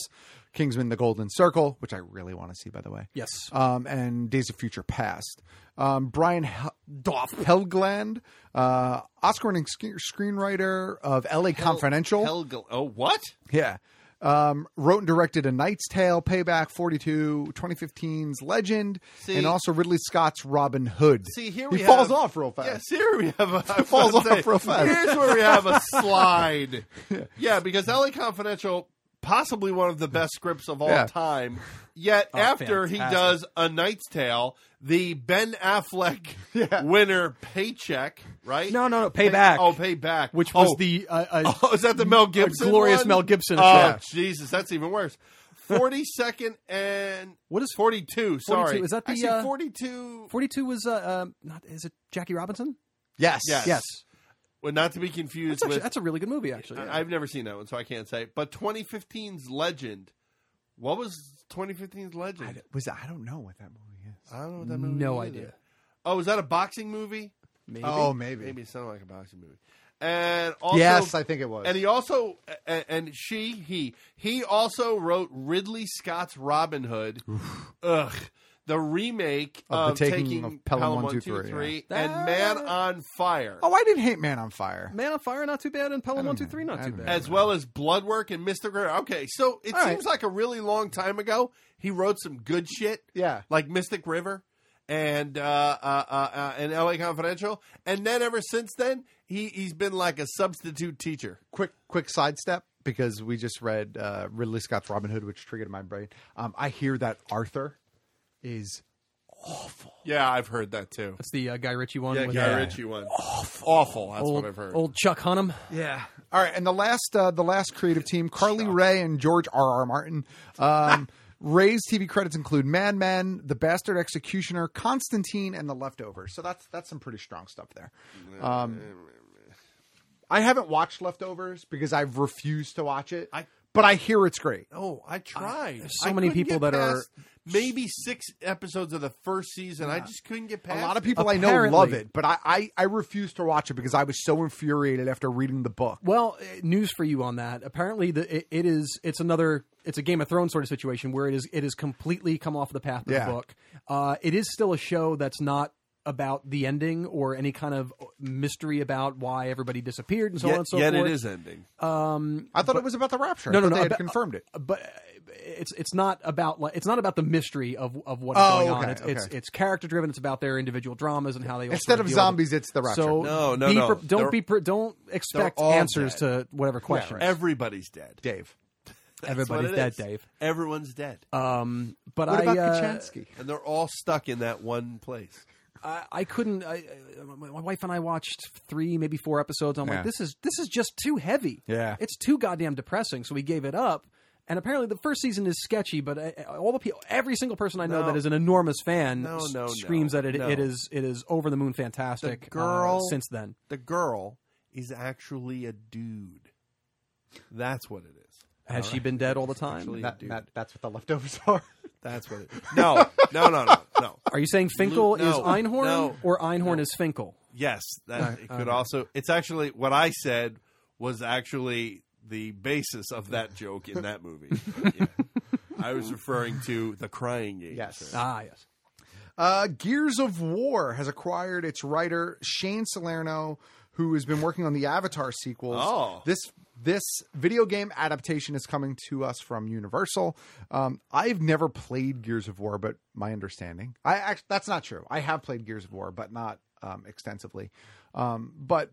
Speaker 4: Kingsman, The Golden Circle, which I really want to see, by the way.
Speaker 12: Yes.
Speaker 4: Um, and Days of Future Past. Um, Brian Hel- Helgeland, uh, Oscar-winning sc- screenwriter of L.A. Confidential.
Speaker 2: Helgel- oh, what?
Speaker 4: Yeah. Um, wrote and directed A Knight's Tale, Payback, 42, 2015's Legend,
Speaker 2: See-
Speaker 4: and also Ridley Scott's Robin Hood.
Speaker 2: See here
Speaker 4: he
Speaker 2: we
Speaker 4: falls
Speaker 2: have-
Speaker 4: off real fast.
Speaker 2: Yes, here we have a
Speaker 4: He falls
Speaker 2: I was gonna
Speaker 4: off real fast.
Speaker 2: Here's where we have a slide. yeah, because LA Confidential, possibly one of the best scripts of all
Speaker 4: Yeah.
Speaker 2: time. Yet
Speaker 12: Oh,
Speaker 2: after he
Speaker 12: fantastic.
Speaker 2: does A Knight's Tale, the Ben Affleck winner paycheck, right?
Speaker 12: No, no, no, Payback.
Speaker 2: oh, payback.
Speaker 12: Which was
Speaker 2: Oh.
Speaker 12: the uh, uh,
Speaker 2: Oh, is that the Mel
Speaker 12: a
Speaker 2: Gibson?
Speaker 12: glorious
Speaker 2: one?
Speaker 12: Mel Gibson?
Speaker 2: Oh,
Speaker 12: Yeah.
Speaker 2: Jesus, that's even worse. Forty second and what is forty two? Sorry,
Speaker 12: 42, is that the
Speaker 2: Actually,
Speaker 12: uh,
Speaker 2: 42
Speaker 12: 42 was uh, um, not is it Jackie Robinson?
Speaker 4: Yes.
Speaker 2: Yes.
Speaker 12: Yes.
Speaker 2: Well, not to be confused
Speaker 12: That's, actually,
Speaker 2: with.
Speaker 12: that's a really good movie actually.
Speaker 2: I- I've never seen that one, so I can't say. But 2015's Legend. What was 2015's Legend?
Speaker 4: Was I don't know what that movie is.
Speaker 2: I, don't know what that movie
Speaker 12: No
Speaker 2: is
Speaker 12: idea.
Speaker 2: either. Oh, is that a boxing movie?
Speaker 12: Maybe.
Speaker 4: Oh, maybe.
Speaker 2: Maybe it sounded like a boxing movie. And also,
Speaker 4: Yes, I think it was.
Speaker 2: And he also, and, and she, he, he also wrote Ridley Scott's Robin Hood. Ugh. The remake
Speaker 4: Of The
Speaker 2: of
Speaker 4: Taking of Pelham
Speaker 2: Pelham
Speaker 4: 123,
Speaker 2: 123
Speaker 12: yeah.
Speaker 2: and Man on Fire.
Speaker 4: Oh, I didn't hate Man on Fire.
Speaker 12: Man on Fire not too bad, and Pelham One Two Three not too bad.
Speaker 2: as well as blood work and Mr. Greer. Okay, so it
Speaker 12: All right.
Speaker 2: seems like a really long time ago he wrote some good shit.
Speaker 4: Yeah.
Speaker 2: like Mystic River and uh, uh, uh, uh, and L.A. Confidential, and then ever since then he he's been like a substitute teacher.
Speaker 4: quick quick sidestep because we just read uh, Ridley Scott's Robin Hood, which triggered my brain. Um, I hear that Arthur is
Speaker 2: Yeah, I've heard that too.
Speaker 12: That's the uh, Guy Ritchie one.
Speaker 2: Yeah,
Speaker 12: with,
Speaker 2: Guy
Speaker 12: uh,
Speaker 2: Ritchie one. Awful, awful. That's
Speaker 12: old,
Speaker 2: what I've heard.
Speaker 12: old Chuck Hunnam.
Speaker 4: yeah. All right, and the last uh, the last creative team, Carly Ray and George R. R. Martin. Um, Ray's TV credits include Mad Men, The Bastard Executioner, Constantine, and The Leftovers. So that's that's some pretty strong stuff there. Um, I haven't watched Leftovers because I've refused to watch it, but I hear it's great.
Speaker 2: Oh, I tried.
Speaker 12: there's so
Speaker 2: I
Speaker 12: many
Speaker 2: couldn't
Speaker 12: people
Speaker 2: get
Speaker 12: that are-
Speaker 2: past maybe six episodes of the first season. I just couldn't get
Speaker 4: A
Speaker 2: past.
Speaker 4: lot of
Speaker 2: it.
Speaker 4: people I know
Speaker 12: Apparently-
Speaker 4: love it, but I, I, I refuse to watch it because I was so infuriated after reading the book.
Speaker 12: Well, eh, news for you on that. Apparently, the it, it is it's another it's a Game of Thrones sort of situation where it is it is completely come off the path of
Speaker 4: Yeah.
Speaker 12: the book. Uh, it is still a show that's not about the ending or any kind of mystery about why everybody disappeared and so on and so
Speaker 2: yet
Speaker 12: forth.
Speaker 2: it is ending.
Speaker 12: Um,
Speaker 4: I thought it was about the rapture. I
Speaker 12: No, no,
Speaker 4: thought
Speaker 12: no,
Speaker 4: They had
Speaker 12: about-
Speaker 4: confirmed it.
Speaker 12: but it's it's not about like it's not about the mystery of of what's
Speaker 4: Oh,
Speaker 12: going on.
Speaker 4: okay,
Speaker 12: It's, it's
Speaker 4: okay.
Speaker 12: it's character driven. It's about their individual dramas and how they all
Speaker 4: Instead
Speaker 12: sort
Speaker 4: of
Speaker 12: deal with it.
Speaker 4: zombies, it's the rapture.
Speaker 12: So
Speaker 2: No, no,
Speaker 12: be
Speaker 2: no.
Speaker 12: pre- don't
Speaker 2: They're-
Speaker 12: be pre- don't expect
Speaker 2: all
Speaker 12: answers to
Speaker 2: dead.
Speaker 12: whatever questions.
Speaker 2: Everybody's dead.
Speaker 4: Dave.
Speaker 12: Everybody's
Speaker 2: what it
Speaker 12: dead,
Speaker 2: is.
Speaker 12: Dave.
Speaker 2: Everyone's dead.
Speaker 12: Um, but
Speaker 2: What
Speaker 12: I,
Speaker 2: about
Speaker 12: uh,
Speaker 2: Kaczynski? And they're all stuck in that one place.
Speaker 12: I, I couldn't. I, I- my my wife and I watched three, maybe four episodes. I'm
Speaker 2: Yeah.
Speaker 12: like, this is this is just too heavy.
Speaker 4: Yeah.
Speaker 12: it's too goddamn depressing. So we gave it up. And apparently, the first season is sketchy. But uh, all the people, every single person I know
Speaker 2: No.
Speaker 12: that is an enormous fan,
Speaker 2: No,
Speaker 12: s-
Speaker 2: no, no,
Speaker 12: screams that it,
Speaker 2: no.
Speaker 12: it is it is over the moon fantastic.
Speaker 2: The
Speaker 12: uh,
Speaker 2: girl
Speaker 12: since then,
Speaker 2: the girl is actually a dude. That's what it is.
Speaker 12: has she been dead all the time?
Speaker 2: Actually a dude.
Speaker 4: that's what the leftovers are.
Speaker 2: That's what it. No, no, no, no, no.
Speaker 12: Are you saying Finkel
Speaker 2: Lu-
Speaker 12: is
Speaker 2: no,
Speaker 12: Einhorn
Speaker 2: no.
Speaker 12: or Einhorn is Finkel?
Speaker 2: Yes, that
Speaker 12: Uh,
Speaker 2: it could
Speaker 12: uh,
Speaker 2: also. It's actually what I said was actually the basis of that joke in that movie. But, yeah. I was referring to the crying game.
Speaker 4: Yes.
Speaker 12: Ah, yes.
Speaker 4: Uh, Gears of War has acquired its writer Shane Salerno, who has been working on the Avatar sequels.
Speaker 2: Oh.
Speaker 4: this this video game adaptation is coming to us from Universal. Um, I've never played Gears of War, but my understanding, I act, that's not true. I have played Gears of War, but not um, extensively. Um, but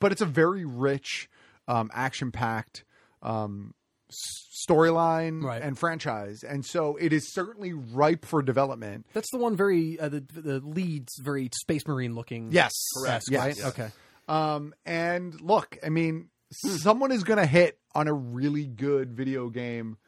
Speaker 4: but it's a very rich, um, action packed um, s- storyline and franchise, and so it is certainly ripe for development.
Speaker 12: That's the one very uh, the the leads very space marine looking.
Speaker 4: Yes,
Speaker 12: Correct.
Speaker 4: Yes.
Speaker 12: Right? Okay.
Speaker 4: Um, and look, I mean, someone is going to hit on a really good video game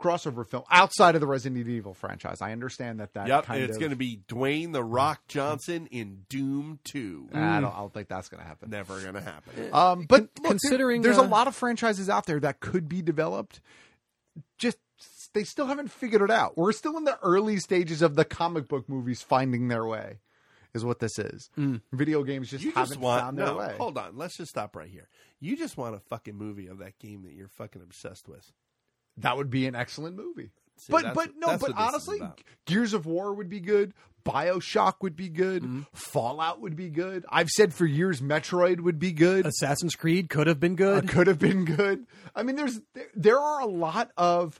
Speaker 4: crossover film outside of the Resident Evil franchise. I understand that that
Speaker 2: Yep,
Speaker 4: kind
Speaker 2: it's
Speaker 4: of
Speaker 2: going to be Dwayne the Rock Johnson in Doom Two.
Speaker 4: I don't, I don't think that's going to happen.
Speaker 2: Never going to happen.
Speaker 4: Um, but look, there-
Speaker 12: considering,
Speaker 4: there's
Speaker 12: uh,
Speaker 4: a lot of franchises out there that could be developed, just they still haven't figured it out. We're still in the early stages of the comic book movies finding their way, is what this is. Video games just
Speaker 2: Mm. you
Speaker 4: haven't
Speaker 2: just want
Speaker 4: found their
Speaker 2: no,
Speaker 4: way.
Speaker 2: Hold on, let's just stop right here. You just want a fucking movie of that game that you're fucking obsessed with.
Speaker 4: That would be an excellent movie.
Speaker 2: See,
Speaker 4: but
Speaker 2: that's-
Speaker 4: but no,
Speaker 2: that's
Speaker 4: but
Speaker 2: what this is
Speaker 4: honestly,
Speaker 2: about.
Speaker 4: Gears of War would be good. BioShock would be good.
Speaker 2: Mm-hmm.
Speaker 4: Fallout would be good. I've said for years Metroid would be good.
Speaker 12: Assassin's Creed could have been good.
Speaker 4: Uh, could have been good. I mean there's there, there are a lot of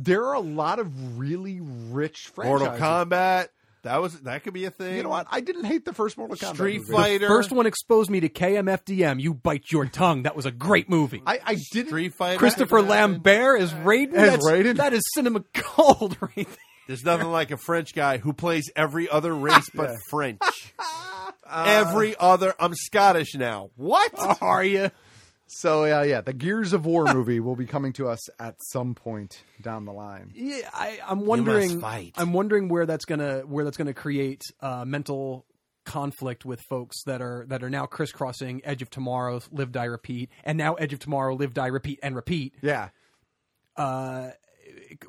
Speaker 4: there are a lot of really rich franchises.
Speaker 2: Mortal Kombat. That was that could be a thing.
Speaker 4: You know what? I didn't hate the first Mortal Kombat.
Speaker 2: Street
Speaker 4: movie.
Speaker 2: Fighter.
Speaker 12: First one exposed me to KMFDM. You bite your tongue. That was a great movie.
Speaker 4: I, I didn't
Speaker 2: Street Fighter.
Speaker 12: Christopher Lambert is Raiden.
Speaker 4: As
Speaker 12: That's-
Speaker 4: Raiden?
Speaker 12: That is cinema gold right there.
Speaker 2: There's nothing like a French guy who plays every other race but French.
Speaker 4: Uh,
Speaker 2: every other. I'm Scottish now. What
Speaker 12: are you?
Speaker 4: So yeah, yeah, the Gears of War movie will be coming to us at some point down the line.
Speaker 12: Yeah, I, I'm wondering.
Speaker 2: fight.
Speaker 12: I'm wondering where that's gonna where that's gonna create uh, mental conflict with folks that are that are now crisscrossing Edge of Tomorrow, Live Die Repeat, and now Edge of Tomorrow, Live Die Repeat, and Repeat.
Speaker 4: Yeah.
Speaker 12: Uh,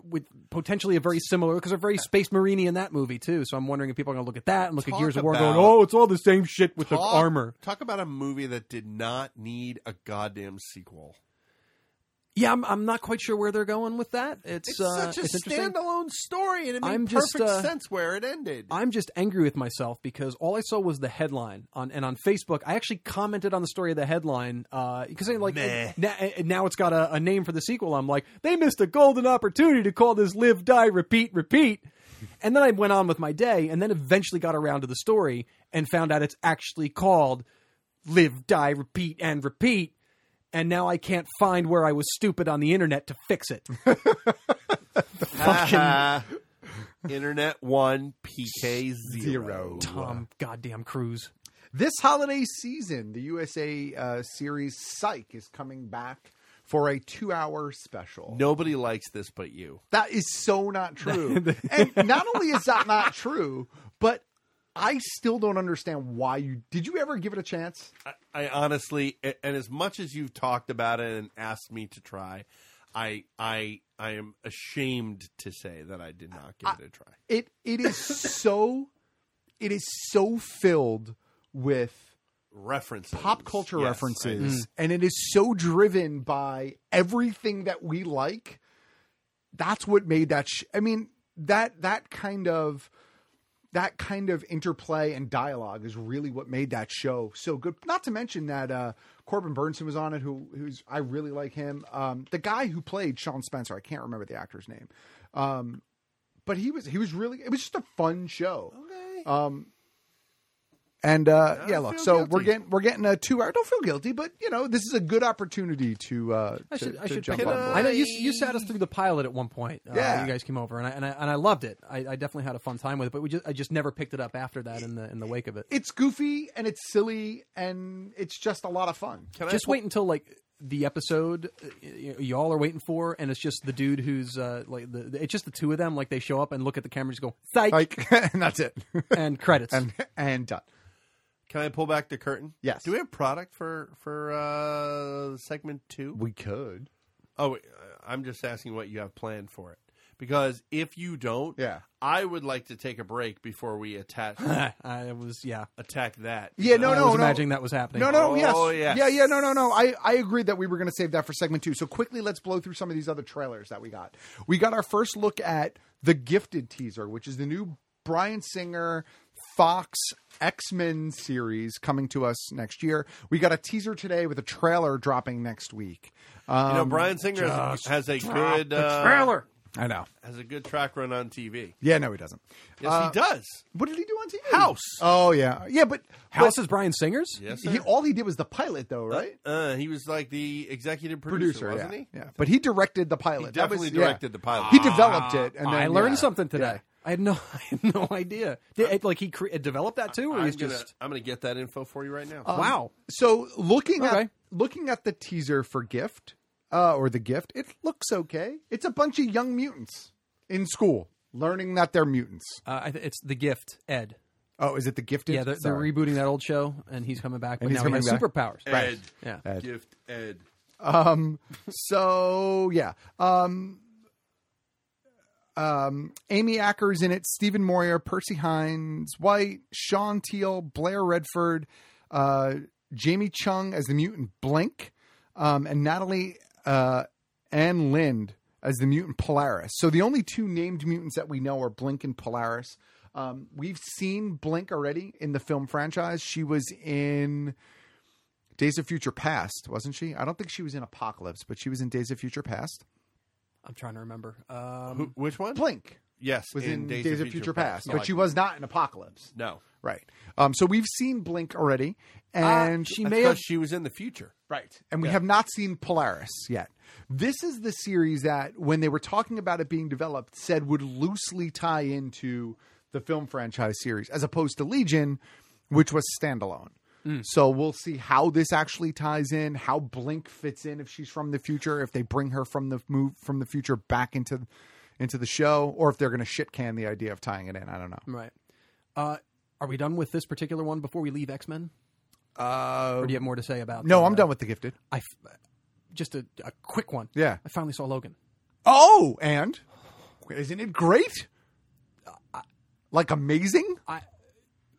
Speaker 12: with potentially a very similar because they're very space marini in that movie too. So I'm wondering if people are gonna look at that and look
Speaker 2: Talk
Speaker 12: at Gears of War,
Speaker 2: about-
Speaker 12: going, "Oh, it's all the same shit with the
Speaker 2: Talk-
Speaker 12: armor."
Speaker 2: Talk about a movie that did not need a goddamn sequel.
Speaker 12: Yeah, I'm, I'm not quite sure where they're going with that. It's,
Speaker 2: It's
Speaker 12: uh,
Speaker 2: such a
Speaker 12: it's interesting.
Speaker 2: standalone story, and it made
Speaker 12: I'm
Speaker 2: perfect
Speaker 12: just, uh,
Speaker 2: sense where it ended.
Speaker 12: I'm just angry with myself because all I saw was the headline on and on Facebook. I actually commented on the story of the headline because I like
Speaker 2: Meh.
Speaker 12: na- and now it's got a, a name for the sequel. I'm like, they missed a golden opportunity to call this "Live, Die, Repeat, Repeat." And then I went on with my day, and then eventually got around to the story and found out it's actually called "Live, Die, Repeat, and Repeat." And now I can't find where I was stupid on the internet to fix it. Fucking-
Speaker 2: Internet one PK zero.
Speaker 12: Tom, Um, goddamn Cruise.
Speaker 4: This holiday season, the USA uh, series Psych is coming back for a two hour special.
Speaker 2: Nobody likes this but you.
Speaker 4: That is so not true. and not only is that not true, but I still don't understand why you did you ever give it a chance?
Speaker 2: I honestly, a- and as much as you've talked about it and asked me to try, I I I am ashamed to say that I did not give it a try.
Speaker 4: It it is so it is so filled with
Speaker 2: References,
Speaker 4: pop culture
Speaker 2: Yes,
Speaker 12: Mm.
Speaker 4: references and it is so driven by everything that we like that's what made that sh- i mean that that kind of that kind of interplay and dialogue is really what made that show so good not to mention that uh corbin burnson was on it who who's i really like him um the guy who played sean spencer i can't remember the actor's name um but he was he was really it was just a fun show um And uh, yeah, look, so we're getting we're getting a two hour. Don't feel guilty, but you know this is a good opportunity to. Uh,
Speaker 12: I
Speaker 4: to-
Speaker 12: should, I
Speaker 4: to
Speaker 12: should
Speaker 4: jump
Speaker 12: pick
Speaker 4: on
Speaker 12: up.
Speaker 4: board.
Speaker 12: I know you, you sat us through the pilot at one point.
Speaker 4: Yeah.
Speaker 12: uh, you guys came over, and I and I, and I loved it. I, I definitely had a fun time with it, but we just I just never picked it up after that in the in the wake of it.
Speaker 4: It's goofy and it's silly and it's just a lot of fun.
Speaker 12: just wait until like the episode uh, y- y'all are waiting for, and it's just the dude who's uh, like the, the- it's just the two of them. Like they show up and look at the camera, and just go psych,
Speaker 4: Like, and that's it.
Speaker 12: and credits.
Speaker 4: and and done.
Speaker 2: Can I pull back the curtain?
Speaker 4: Yes.
Speaker 2: Do we have product for for uh, segment two?
Speaker 4: We could.
Speaker 2: Oh, wait, uh, I'm just asking what you have planned for it. Because if you don't, yeah. I would like to take a break before we attach.
Speaker 12: I was yeah
Speaker 2: attack that.
Speaker 4: Yeah, no,
Speaker 12: I
Speaker 4: no,
Speaker 12: was
Speaker 4: no.
Speaker 12: imagining that was happening.
Speaker 4: No, no, yes.
Speaker 2: Oh, yes.
Speaker 4: Yeah, yeah, no, no, no. I, I agreed that we were going to save that for segment two. So quickly, let's blow through some of these other trailers that we got. We got our first look at the Gifted teaser, which is the new Brian Singer Fox X Men series coming to us next year. We got a teaser today with a trailer dropping next week. Um,
Speaker 2: you know, Brian Singer has,
Speaker 4: just
Speaker 2: has a
Speaker 4: drop
Speaker 2: good
Speaker 4: the
Speaker 2: uh,
Speaker 4: trailer. I know.
Speaker 2: Has a good track run on TV.
Speaker 4: Yeah, no, he doesn't.
Speaker 2: Yes,
Speaker 4: Uh,
Speaker 2: he does.
Speaker 4: What did he do on TV?
Speaker 2: House.
Speaker 4: Oh yeah, yeah, but
Speaker 12: House is Brian Singer's.
Speaker 2: Yes,
Speaker 4: He, all he did was the pilot, though, right?
Speaker 2: Uh, he was like the executive producer, wasn't
Speaker 4: yeah,
Speaker 2: he?
Speaker 4: Yeah, but he directed the pilot.
Speaker 2: He
Speaker 4: That was-
Speaker 2: definitely
Speaker 4: yeah.
Speaker 2: directed the pilot.
Speaker 4: He developed it, and then,
Speaker 12: Ah, I learned
Speaker 4: yeah.
Speaker 12: something today. Uh, I had no, I had no idea. Did, it, like he cre- it developed that too, or
Speaker 2: I'm
Speaker 12: he's
Speaker 2: gonna,
Speaker 12: just
Speaker 2: I'm gonna get that info for you right now.
Speaker 4: Um, So looking at
Speaker 12: Okay.
Speaker 4: looking at the teaser for Gift uh, or the Gift, it looks okay. It's a bunch of young mutants in school learning that they're mutants.
Speaker 12: uh, I th- it's the gift Ed.
Speaker 4: Oh, is it the Gifted?
Speaker 12: Yeah, they're, they're
Speaker 4: Sorry.
Speaker 12: rebooting that old show, and he's coming back.
Speaker 4: And
Speaker 12: But
Speaker 4: he's
Speaker 12: now he
Speaker 4: coming
Speaker 12: has
Speaker 4: back.
Speaker 12: superpowers.
Speaker 4: Ed. Right.
Speaker 12: Yeah.
Speaker 4: Ed.
Speaker 2: Gift Ed.
Speaker 4: Um, so yeah. Um, um, Amy Acker's in it. Stephen Moyer, Percy Hines, White, Sean Teal, Blair Redford, uh, Jamie Chung as the mutant Blink, um, and Natalie uh, Ann Lind as the mutant Polaris. So the only two named mutants that we know are Blink and Polaris. Um, we've seen Blink already in the film franchise. She was in Days of Future Past, wasn't she? I don't think she was in Apocalypse, but she was in Days of Future Past.
Speaker 12: I'm trying to remember. Um,
Speaker 2: Which one?
Speaker 4: Blink.
Speaker 2: Yes,
Speaker 4: was
Speaker 2: in
Speaker 4: in, Days, of Future, Past,
Speaker 2: No,
Speaker 4: but
Speaker 2: I-
Speaker 4: she was not in Apocalypse.
Speaker 2: No.
Speaker 4: Right. Um, so we've seen Blink already,
Speaker 12: ah,
Speaker 4: and
Speaker 2: she may have. She was in the future,
Speaker 4: right? and we have not seen Polaris yet. This is the series that, when they were talking about it being developed, said would loosely tie into the film franchise series, as opposed to Legion, which was standalone. So we'll see how this actually ties in, how Blink fits in if she's from the future, if they bring her from the move from the future back into into the show, or if they're going to shit can the idea of tying it in. I don't know.
Speaker 12: right. Uh, are we done with this particular one before we leave X Men?
Speaker 4: Uh,
Speaker 12: or do you have more to say about?
Speaker 4: No,
Speaker 12: the,
Speaker 4: I'm
Speaker 12: uh,
Speaker 4: done with the gifted.
Speaker 12: I f- just a, a quick one.
Speaker 4: Yeah.
Speaker 12: I finally saw Logan.
Speaker 4: Oh, and isn't it great? Uh, Like amazing?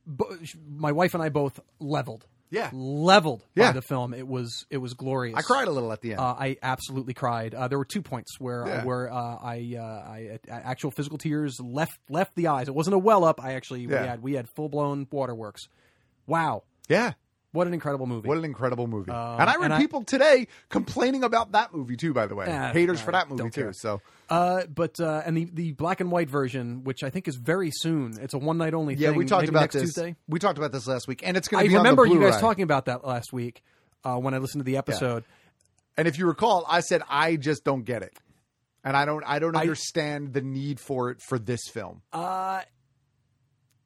Speaker 12: Bo- sh- my wife and I both leveled.
Speaker 4: Yeah.
Speaker 12: leveled
Speaker 4: Yeah.
Speaker 12: by the film. It was it was glorious.
Speaker 4: I cried a little at the end.
Speaker 12: Uh, I absolutely cried. Uh, there were two points where
Speaker 4: Yeah.
Speaker 12: where uh, I, uh, I uh, actual physical tears left left the eyes. It wasn't a well up. I actually
Speaker 4: Yeah.
Speaker 12: we had we had full blown waterworks. Wow,
Speaker 4: yeah.
Speaker 12: what an incredible movie!
Speaker 4: What an incredible movie.
Speaker 12: Um,
Speaker 4: and I read
Speaker 12: and I-
Speaker 4: people today complaining about that movie too, by the way.
Speaker 12: Ah,
Speaker 4: Haters
Speaker 12: I
Speaker 4: for that movie
Speaker 12: don't
Speaker 4: too.
Speaker 12: care.
Speaker 4: So
Speaker 12: Uh, but uh, and the, the black and white version, which I think is very soon. It's a one night only.
Speaker 4: yeah,
Speaker 12: thing,
Speaker 4: we talked
Speaker 12: maybe
Speaker 4: about
Speaker 12: next
Speaker 4: this.
Speaker 12: Tuesday.
Speaker 4: We talked about this last week, and it's going
Speaker 12: I
Speaker 4: to be
Speaker 12: remember
Speaker 4: on the
Speaker 12: you guys
Speaker 4: Blu-ray.
Speaker 12: talking about that last week uh, when I listened to the episode.
Speaker 4: And if you recall, I said I just don't get it, and I don't. I don't understand the need for it for this film.
Speaker 12: Uh,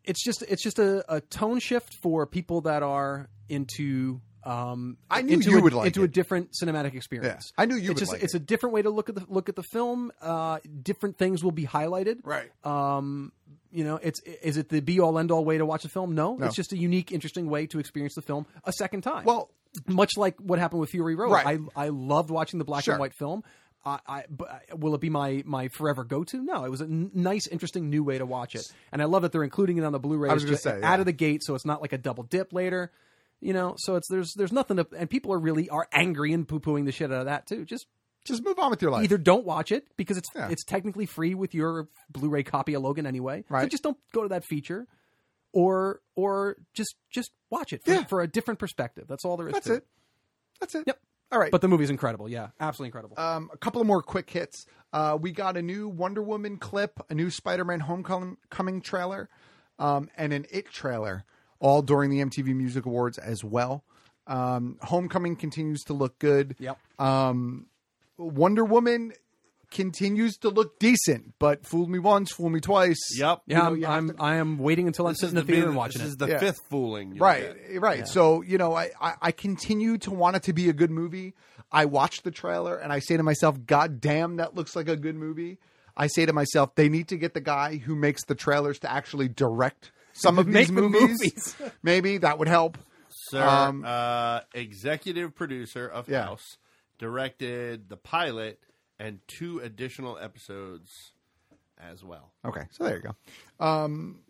Speaker 12: it's just it's just a, a tone shift for people that are into um
Speaker 4: I knew
Speaker 12: into
Speaker 4: you
Speaker 12: a,
Speaker 4: would like
Speaker 12: into a
Speaker 4: it.
Speaker 12: different cinematic experience.
Speaker 4: Yeah, I knew you
Speaker 12: It's
Speaker 4: would
Speaker 12: just
Speaker 4: like
Speaker 12: it's a different way to look at the look at the film. Uh, different things will be highlighted.
Speaker 4: Right. Uh,
Speaker 12: Um, you know, it's is it the be all end all way to watch a film? No,
Speaker 4: No.
Speaker 12: it's just a unique, interesting way to experience the film a second time.
Speaker 4: Well-
Speaker 12: much like what happened with Fury Road,
Speaker 4: Right.
Speaker 12: I I loved watching the black
Speaker 4: Sure.
Speaker 12: and white film. I, I but uh, will it be my my forever go to? No, it was a n- nice, interesting new way to watch it, and I love that they're including it on the Blu-ray.
Speaker 4: I was
Speaker 12: It's
Speaker 4: gonna
Speaker 12: just
Speaker 4: say,
Speaker 12: out
Speaker 4: yeah.
Speaker 12: of the gate, so it's not like a double dip later. You know, so it's there's there's nothing to, and people are really are angry and poo pooing the shit out of that too. Just
Speaker 4: Just move on with your life.
Speaker 12: either don't watch it because it's
Speaker 4: Yeah.
Speaker 12: it's technically free with your Blu-ray copy of Logan anyway. So
Speaker 4: Right.
Speaker 12: just don't go to that feature, or or just just watch it for,
Speaker 4: Yeah.
Speaker 12: for a different perspective. That's all there is.
Speaker 4: That's
Speaker 12: to
Speaker 4: it. That's it.
Speaker 12: Yep.
Speaker 4: All right.
Speaker 12: But the movie's incredible. Yeah, absolutely incredible.
Speaker 4: um, a couple of more quick hits. Uh, we got a new Wonder Woman clip, a new Spider Man Homecoming coming trailer, um, and an It trailer. all during the MTV Music Awards as well. Um, Homecoming continues to look good.
Speaker 12: Yep.
Speaker 4: Um, Wonder Woman continues to look decent, but fool me once, fool me twice.
Speaker 2: Yep.
Speaker 4: You
Speaker 12: Yeah,
Speaker 4: know,
Speaker 12: I'm,
Speaker 4: you have
Speaker 12: I'm,
Speaker 4: to-
Speaker 12: I am waiting until I'm
Speaker 4: This
Speaker 12: sitting in
Speaker 4: is
Speaker 12: the
Speaker 4: the
Speaker 12: theater
Speaker 4: bit-
Speaker 12: and watching
Speaker 4: this
Speaker 12: it.
Speaker 4: is the Yeah. fifth
Speaker 2: fooling.
Speaker 4: right right
Speaker 12: Yeah.
Speaker 4: so you know I, I i continue to want it to be a good movie i watch the trailer and i say to myself god damn that looks like a good movie i say to myself they need to get the guy who makes the trailers to actually direct some of
Speaker 2: Make
Speaker 4: these
Speaker 2: the
Speaker 4: movies,
Speaker 2: movies.
Speaker 4: maybe that would help
Speaker 2: Sir,
Speaker 4: Um,
Speaker 2: uh, executive producer of
Speaker 4: Yeah.
Speaker 2: House directed the pilot and two additional episodes as well.
Speaker 4: okay so there you go um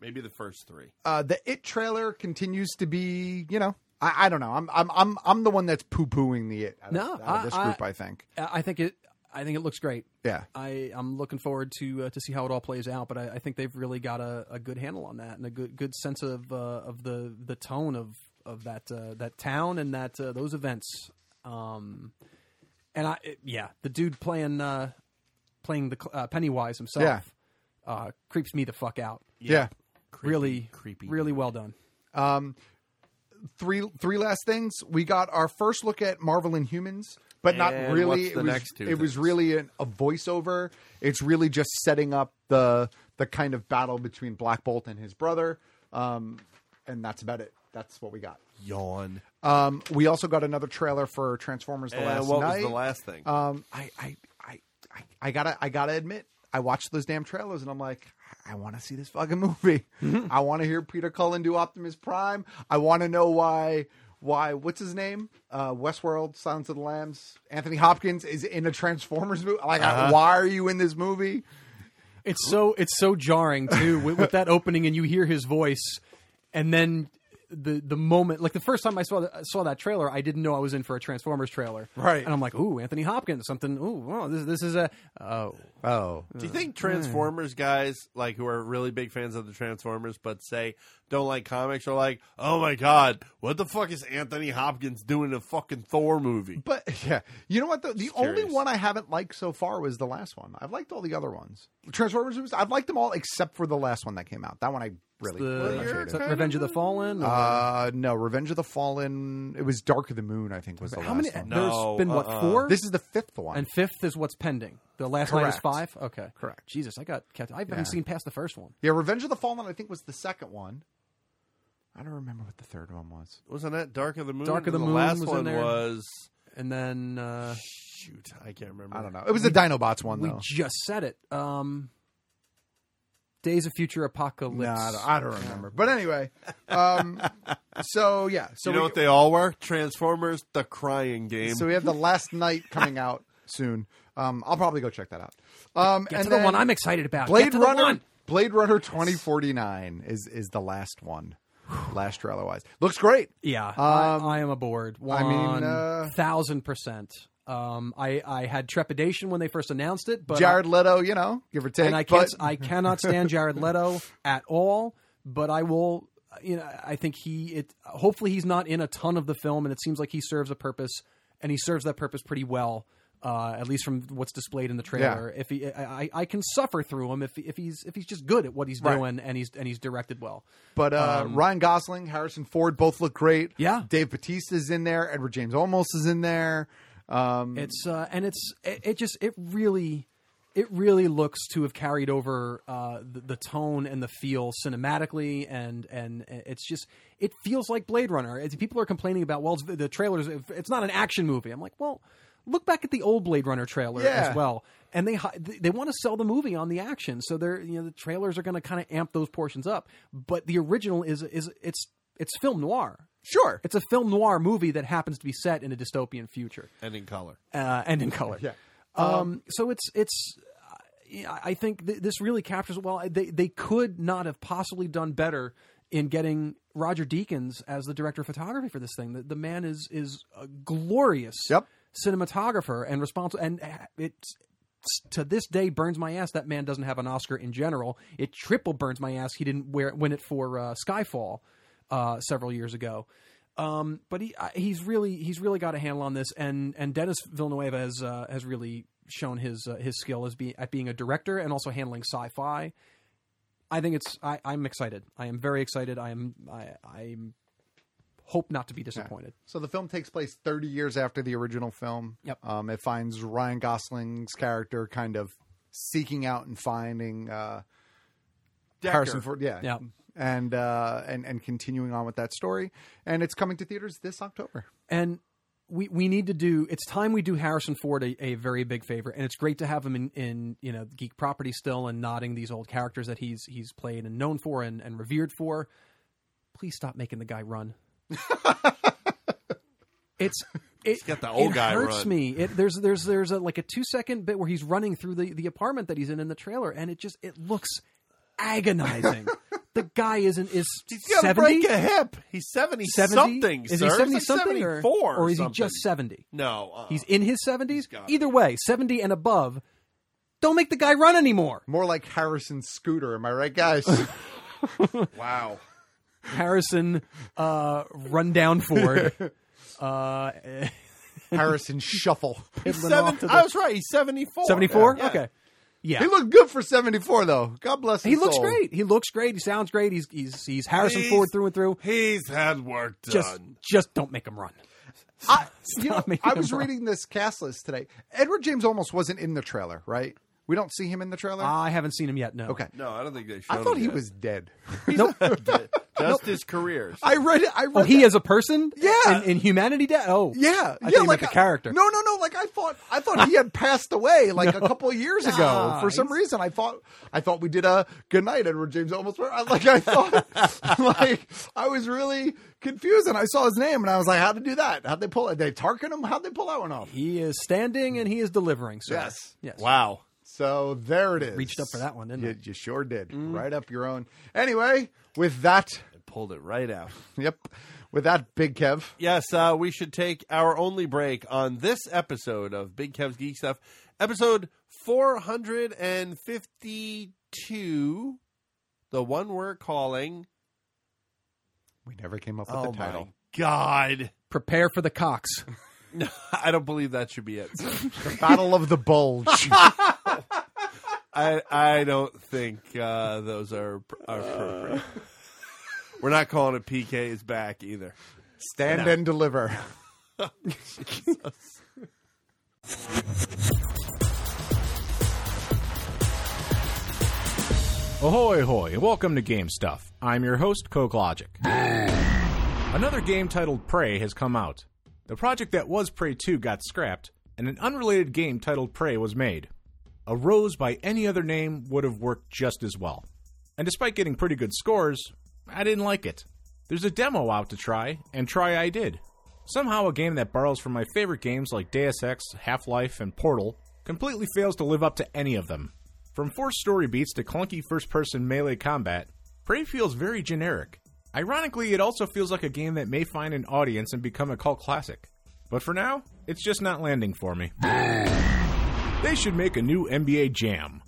Speaker 2: Maybe the first three.
Speaker 4: uh the it trailer continues to be you know i, I don't know i'm i'm i'm i'm the one that's poo-pooing the it out of-
Speaker 12: No,
Speaker 4: out of
Speaker 12: I-
Speaker 4: this
Speaker 12: I-
Speaker 4: group i think
Speaker 12: I I think it. I think it looks great.
Speaker 4: Yeah.
Speaker 12: I I'm looking forward to uh, to see how it all plays out. But I, I think they've really got a, a good handle on that and a good good sense of uh, of the the tone of of that uh, that town and that uh, those events. Um, and I it- yeah, the dude playing uh, playing the cl- uh, Pennywise himself
Speaker 4: Yeah.
Speaker 12: uh, creeps me the fuck out.
Speaker 4: yeah.
Speaker 12: really creepy, really well done.
Speaker 4: Um, three three last things. We got our first look at Marvel and Humans, but not
Speaker 2: And
Speaker 4: really.
Speaker 2: what's
Speaker 4: it
Speaker 2: the
Speaker 4: was,
Speaker 2: next two
Speaker 4: it was
Speaker 2: things?
Speaker 4: really an, a voiceover. It's really just setting up the the kind of battle between Black Bolt and his brother, um, and that's about it. That's what we got.
Speaker 2: Yawn.
Speaker 4: Um, we also got another trailer for Transformers: The
Speaker 2: And
Speaker 4: Last
Speaker 2: what was
Speaker 4: Night.
Speaker 2: the last thing?
Speaker 4: Um, I, I, I, I, I gotta, I gotta admit, I watched those damn trailers and I'm like, I want to see this fucking movie. I want to hear Peter Cullen do Optimus Prime. I want to know why, why, what's his name? Uh, Westworld, Silence of the Lambs. Anthony Hopkins is in a Transformers movie. Like, I-
Speaker 12: Uh-huh.
Speaker 4: why are you in this movie?
Speaker 12: It's so it's so jarring too with, with that opening, and you hear his voice, and then the the moment like the first time I saw the, saw that trailer, I didn't know I was in for a Transformers trailer,
Speaker 4: Right.
Speaker 12: And I'm like, ooh, Anthony Hopkins, something. Ooh, well, this this is a oh
Speaker 4: oh.
Speaker 2: Do you think Transformers guys, like who are really big fans of the Transformers, but say don't like comics, are like, oh my god, what the fuck is Anthony Hopkins doing in a fucking Thor movie?
Speaker 4: But yeah, you know what? The, the
Speaker 2: Just
Speaker 4: only
Speaker 2: curious.
Speaker 4: one I haven't liked so far was the last one. I've liked all the other ones. Transformers movies, I've liked them all except for the last one that came out. That one I really, really much hated.
Speaker 12: the Revenge of the Fallen. or-
Speaker 4: Uh, no, Revenge of the Fallen. It was Dark of the Moon. I think was the
Speaker 12: how
Speaker 4: last one.
Speaker 12: many? there's been what four?
Speaker 4: This is the fifth one.
Speaker 12: and fifth is what's pending. The last night is
Speaker 4: Correct.
Speaker 12: five. Okay, correct. Jesus, I got kept. I haven't
Speaker 4: Yeah.
Speaker 12: seen past the first one.
Speaker 4: yeah, Revenge of the Fallen. I think was the second one. I don't remember what the third one was.
Speaker 2: Wasn't that Dark of the Moon?
Speaker 12: Dark of the
Speaker 2: And
Speaker 12: Moon
Speaker 2: last
Speaker 12: was in
Speaker 2: one
Speaker 12: there.
Speaker 2: was
Speaker 12: And then uh,
Speaker 2: shoot, I can't remember.
Speaker 4: I don't know. It was the
Speaker 12: We-
Speaker 4: Dinobots one
Speaker 12: We
Speaker 4: though.
Speaker 12: just said it. Um, Days of Future Apocalypse.
Speaker 4: Nah, I don't- I don't remember. But anyway, um, so yeah, so
Speaker 2: you know
Speaker 4: we,
Speaker 2: what they all were? Transformers, the crying game.
Speaker 4: so we have the Last Night coming out soon. Um, I'll probably go check that out. Um,
Speaker 12: Get
Speaker 4: and
Speaker 12: to the
Speaker 4: then
Speaker 12: one I'm excited about.
Speaker 4: Blade
Speaker 12: Get to the
Speaker 4: Runner.
Speaker 12: one.
Speaker 4: Blade Runner 2049 is is the last one. last trailer wise, looks great.
Speaker 12: Yeah,
Speaker 4: Um,
Speaker 12: I, I am aboard.
Speaker 4: I mean, uh,
Speaker 12: One thousand percent. Um, I I had trepidation when they first announced it, but
Speaker 4: Jared Leto, you know, give or take.
Speaker 12: and I can't
Speaker 4: but-
Speaker 12: I cannot stand Jared Leto at all. But I will, you know, I think he it. Hopefully, he's not in a ton of the film, and it seems like he serves a purpose, and he serves that purpose pretty well. Uh, at least from what's displayed in the trailer, if he, I, I- I can suffer through him if if he's if he's just good at what he's
Speaker 4: Right.
Speaker 12: doing and he's and he's directed well.
Speaker 4: But uh,
Speaker 12: Um,
Speaker 4: Ryan Gosling, Harrison Ford both look great.
Speaker 12: Yeah.
Speaker 4: Dave Batista's in there. Edward James Olmos is in there. Um,
Speaker 12: It's uh, and it's it, it just it really it really looks to have carried over uh, the, the tone and the feel cinematically and and it's just it feels like Blade Runner. It's, people are complaining about well it's, the trailers it's not an action movie. I'm like well look back at the old Blade Runner trailer
Speaker 4: Yeah.
Speaker 12: as well. And they hi- they they want to sell the movie on the action, so they're you know the trailers are going to kind of amp those portions up. But the original is is it's it's film noir.
Speaker 4: Sure,
Speaker 12: it's a film noir movie that happens to be set in a dystopian future
Speaker 2: and in color.
Speaker 12: uh, and in color.
Speaker 2: Yeah.
Speaker 12: Um, so it's it's. uh, yeah, I think th- this really captures well. They they could not have possibly done better in getting Roger Deakins as the director of photography for this thing. The, the man is is a glorious cinematographer and responsible, and uh, it's. To this day, burns my ass. That man doesn't have an Oscar in general. It triple burns my ass. He didn't wear, win it for uh, Skyfall uh, several years ago. Um, but he I- he's really he's really got a handle on this, and and Dennis Villeneuve has uh, has really shown his uh, his skill as being at being a director and also handling sci-fi. I think it's. I, I'm excited. I am very excited. I am. I. I hope not to be disappointed.
Speaker 4: So the film takes place 30 years after the original film.
Speaker 12: Yep.
Speaker 4: Um, it finds Ryan Gosling's character kind of seeking out and finding uh,
Speaker 2: Decker.
Speaker 4: Harrison Ford. Yeah.
Speaker 2: Yep.
Speaker 4: And uh, and and continuing on with that story, and it's coming to theaters this October.
Speaker 12: And we we need to do. It's time we do Harrison Ford a, a very big favor, and it's great to have him in, in you know geek property still and nodding these old characters that he's he's played and known for and, and revered for. Please stop making the guy run. it's it,
Speaker 2: got the old
Speaker 12: it
Speaker 2: guy
Speaker 12: hurts
Speaker 2: run.
Speaker 12: me. It, there's there's there's a, like a two second bit where he's running through the the apartment that he's in in the trailer, and it just it looks agonizing. the guy isn't is
Speaker 2: He's got to
Speaker 12: 70?
Speaker 2: break a hip. He's 70,
Speaker 12: 70?
Speaker 2: something,
Speaker 12: Is
Speaker 2: sir.
Speaker 12: he
Speaker 2: He's
Speaker 12: 70
Speaker 2: like
Speaker 12: something or-
Speaker 2: 74
Speaker 12: or is he
Speaker 2: something.
Speaker 12: just 70?
Speaker 2: No. Uh,
Speaker 12: He's in his 70s.
Speaker 2: gotta
Speaker 12: Either way, 70 and above, don't make the guy run anymore.
Speaker 4: More like Harrison Scooter, am I right, guys?
Speaker 2: wow.
Speaker 12: Harrison uh, Rundown Ford. uh,
Speaker 4: Harrison Shuffle.
Speaker 2: He's seven, I was right. He's 74.
Speaker 12: 74?
Speaker 2: Yeah.
Speaker 12: Okay. Yeah.
Speaker 4: He looked good for 74, though. God bless his
Speaker 12: He looks
Speaker 4: soul.
Speaker 12: great. He looks great. He sounds great. He's he's he's Harrison
Speaker 2: He's-
Speaker 12: Ford through and through.
Speaker 2: He's had work done.
Speaker 12: Just just don't make him run.
Speaker 4: I,
Speaker 12: Stop
Speaker 4: you know,
Speaker 12: making
Speaker 4: I was
Speaker 12: him run.
Speaker 4: reading this cast list today. Edward James almost wasn't in the trailer, right? We don't see him in the trailer.
Speaker 12: I haven't seen him yet. Uh, No.
Speaker 4: Okay.
Speaker 2: No, I don't think they showed
Speaker 4: I thought
Speaker 2: him
Speaker 4: he
Speaker 2: yet.
Speaker 4: was dead.
Speaker 2: Just his career.
Speaker 4: I read it. I read
Speaker 12: Oh, he
Speaker 4: that-
Speaker 12: is a person.
Speaker 4: Yeah.
Speaker 12: In, in humanity, da- oh
Speaker 4: Yeah,
Speaker 12: I
Speaker 4: yeah,
Speaker 12: think like
Speaker 4: like
Speaker 12: a
Speaker 4: I-
Speaker 12: character.
Speaker 4: No, no, no. Like I thought, I thought he had passed away like a couple of years ago
Speaker 12: Nah,
Speaker 4: for some
Speaker 12: he's-
Speaker 4: reason. I thought, I thought we did a good night, Edward James almost. I- Like I thought, like I was really confused, and I saw his name, and I was like, "How to do that? How'd they pull it? They Tarkin him? How'd they pull that one off?"
Speaker 12: He is standing and he is delivering. So
Speaker 4: Yes.
Speaker 12: Yes.
Speaker 2: Wow.
Speaker 4: So there it is.
Speaker 12: Reached up for that one, didn't Mm-hmm.
Speaker 4: you,
Speaker 12: I?
Speaker 4: You sure did. Right up your own. Anyway, with that,
Speaker 2: Pulled it right out.
Speaker 4: yep, with that, Big Kev.
Speaker 2: Yes, uh, we should take our only break on this episode of Big Kev's Geek Stuff, episode 452. The one we're calling.
Speaker 4: We never came up with
Speaker 2: Oh,
Speaker 4: the
Speaker 2: my
Speaker 4: title.
Speaker 2: God.
Speaker 12: Prepare for the Cox.
Speaker 2: No, I don't believe that should be it. sir.
Speaker 4: The Battle of the Bulge.
Speaker 2: I I don't think uh, those are, are appropriate. We're not calling it PK is back either.
Speaker 4: Stand and deliver.
Speaker 14: Ahoy, hoy, and welcome to Game Stuff. I'm your host, Coke Logic. Another game titled Prey has come out. The project that was Prey 2 got scrapped, and an unrelated game titled Prey was made. A rose by any other name would have worked just as well. And despite getting pretty good scores, I didn't like it. There's a demo out to try, and try I did. Somehow, a game that borrows from my favorite games like Deus Ex, Half Life, and Portal completely fails to live up to any of them. From four story beats to clunky first person melee combat, Prey feels very generic. Ironically, it also feels like a game that may find an audience and become a cult classic. But for now, it's just not landing for me. They should make a new NBA Jam.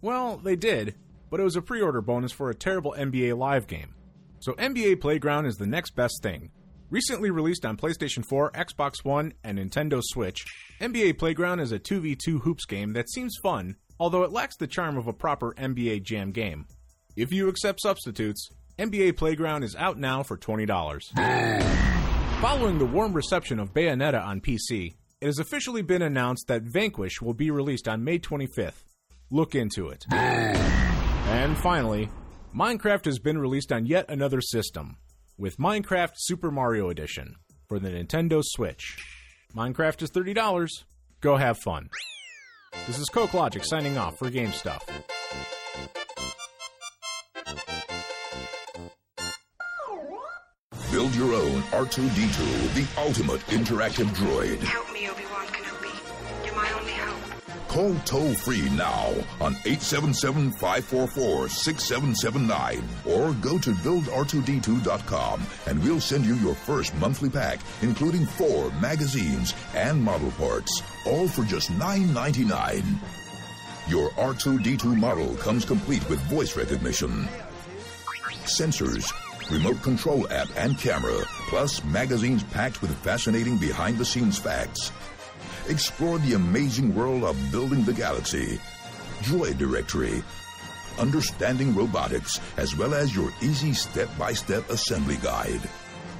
Speaker 14: Well, they did, but it was a pre order bonus for a terrible NBA Live game. So, NBA Playground is the next best thing. Recently released on PlayStation 4, Xbox One, and Nintendo Switch, NBA Playground is a 2v2 hoops game that seems fun, although it lacks the charm of a proper NBA Jam game. If you accept substitutes, NBA Playground is out now for $20. Following the warm reception of Bayonetta on PC, it has officially been announced that Vanquish will be released on May 25th. Look into it. and finally, Minecraft has been released on yet another system, with Minecraft Super Mario Edition for the Nintendo Switch. Minecraft is $30. Go have fun. This is Coke Logic signing off for Game Stuff.
Speaker 15: Build your own R2D2 with the ultimate interactive droid.
Speaker 16: Help me, Obi-Wan Kenobi. You're my only hope.
Speaker 15: Call toll free now on 877 544 6779 or go to buildr2d2.com and we'll send you your first monthly pack, including four magazines and model parts, all for just $9.99. Your R2D2 model comes complete with voice recognition, sensors, remote control app and camera, plus magazines packed with fascinating behind the scenes facts. Explore the amazing world of building the galaxy. Droid Directory. understanding robotics, as well as your easy step by step assembly guide.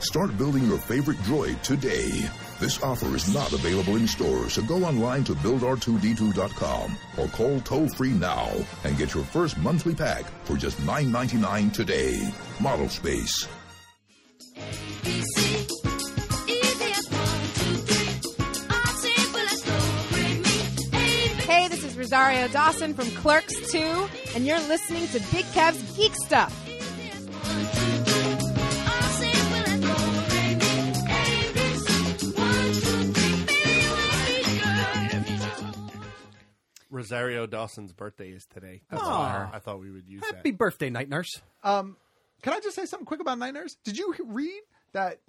Speaker 15: Start building your favorite droid today. This offer is not available in stores, so go online to buildr2d2.com or call toll free now and get your first monthly pack for just $9.99 today. Model Space.
Speaker 17: Hey, this is Rosario Dawson from Clerks 2, and you're listening to Big Kev's Geek Stuff.
Speaker 2: Rosario Dawson's birthday is today. That's
Speaker 12: Aw.
Speaker 2: why I thought we would use that.
Speaker 12: Happy birthday, Night Nurse.
Speaker 4: Um, can I just say something quick about Night Nurse? Did you read that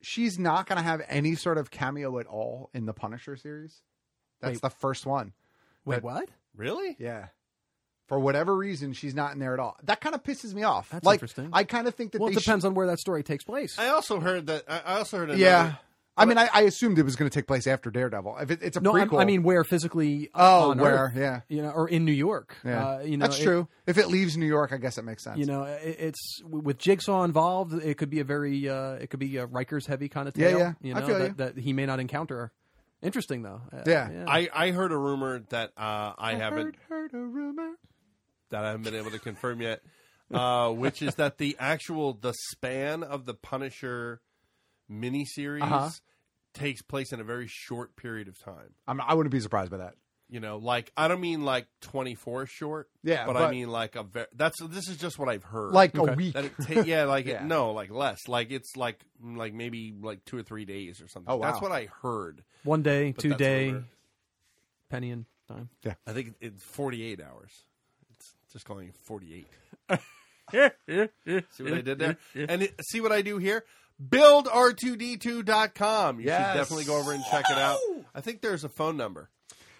Speaker 4: she's not going to have any sort of cameo at all in the Punisher series? That's
Speaker 12: Wait.
Speaker 4: the first one.
Speaker 12: Wait,
Speaker 4: That-
Speaker 12: what?
Speaker 2: Really?
Speaker 4: Yeah. For whatever reason, she's not in there at all. That kind of pisses me off.
Speaker 12: That's
Speaker 4: like,
Speaker 12: interesting.
Speaker 4: I kind of think that
Speaker 12: Well, it
Speaker 4: they
Speaker 12: depends on where that story takes place.
Speaker 2: I also heard that. I I also heard.
Speaker 4: should-
Speaker 2: Another,
Speaker 4: Yeah. I mean, I, I assumed it was going to take place after Daredevil. If it, it's a
Speaker 12: No, I'm-
Speaker 4: prequel,
Speaker 12: I mean where physically.
Speaker 4: Oh,
Speaker 12: on
Speaker 4: where,
Speaker 12: Earth,
Speaker 4: yeah.
Speaker 12: you know, or in New York.
Speaker 4: yeah,
Speaker 12: uh, you know,
Speaker 4: that's
Speaker 12: it-
Speaker 4: true. If it leaves New York, I guess it makes sense.
Speaker 12: You know, it, it's with Jigsaw involved. It could be a very, uh, it could be a Rikers heavy kind of
Speaker 4: Yeah,
Speaker 12: tale.
Speaker 4: yeah.
Speaker 12: You
Speaker 4: I
Speaker 12: know
Speaker 4: feel
Speaker 12: that, that he may not encounter. Interesting though. Uh,
Speaker 2: I, I heard a rumor that uh, I, haven't
Speaker 4: heard a rumor.
Speaker 2: that I haven't been able to confirm yet, uh, which is that the actual the span of the Punisher miniseries
Speaker 4: Uh-huh.
Speaker 2: takes place in a very short period of time.
Speaker 4: I'm, I wouldn't be surprised by that.
Speaker 2: You know, like I don't mean like twenty four short.
Speaker 4: Yeah,
Speaker 2: but,
Speaker 4: but-
Speaker 2: I mean like a ver- that's this is just what I've heard.
Speaker 4: Like a Okay. week.
Speaker 2: That it ta- yeah, like
Speaker 4: Yeah.
Speaker 2: It, no, like less. Like it's like like maybe like two or three days or something.
Speaker 12: Oh, wow.
Speaker 2: That's what I heard.
Speaker 12: One day,
Speaker 2: But
Speaker 12: two
Speaker 2: that's
Speaker 12: day,
Speaker 2: rumor.
Speaker 12: penny and dime.
Speaker 4: Yeah.
Speaker 2: I think it's forty eight hours. It's just calling it forty eight. See what I did there? And it, see what I do here? BuildR2D2.com. You
Speaker 4: Yes.
Speaker 2: should definitely go over and check it out. I think there's a phone number.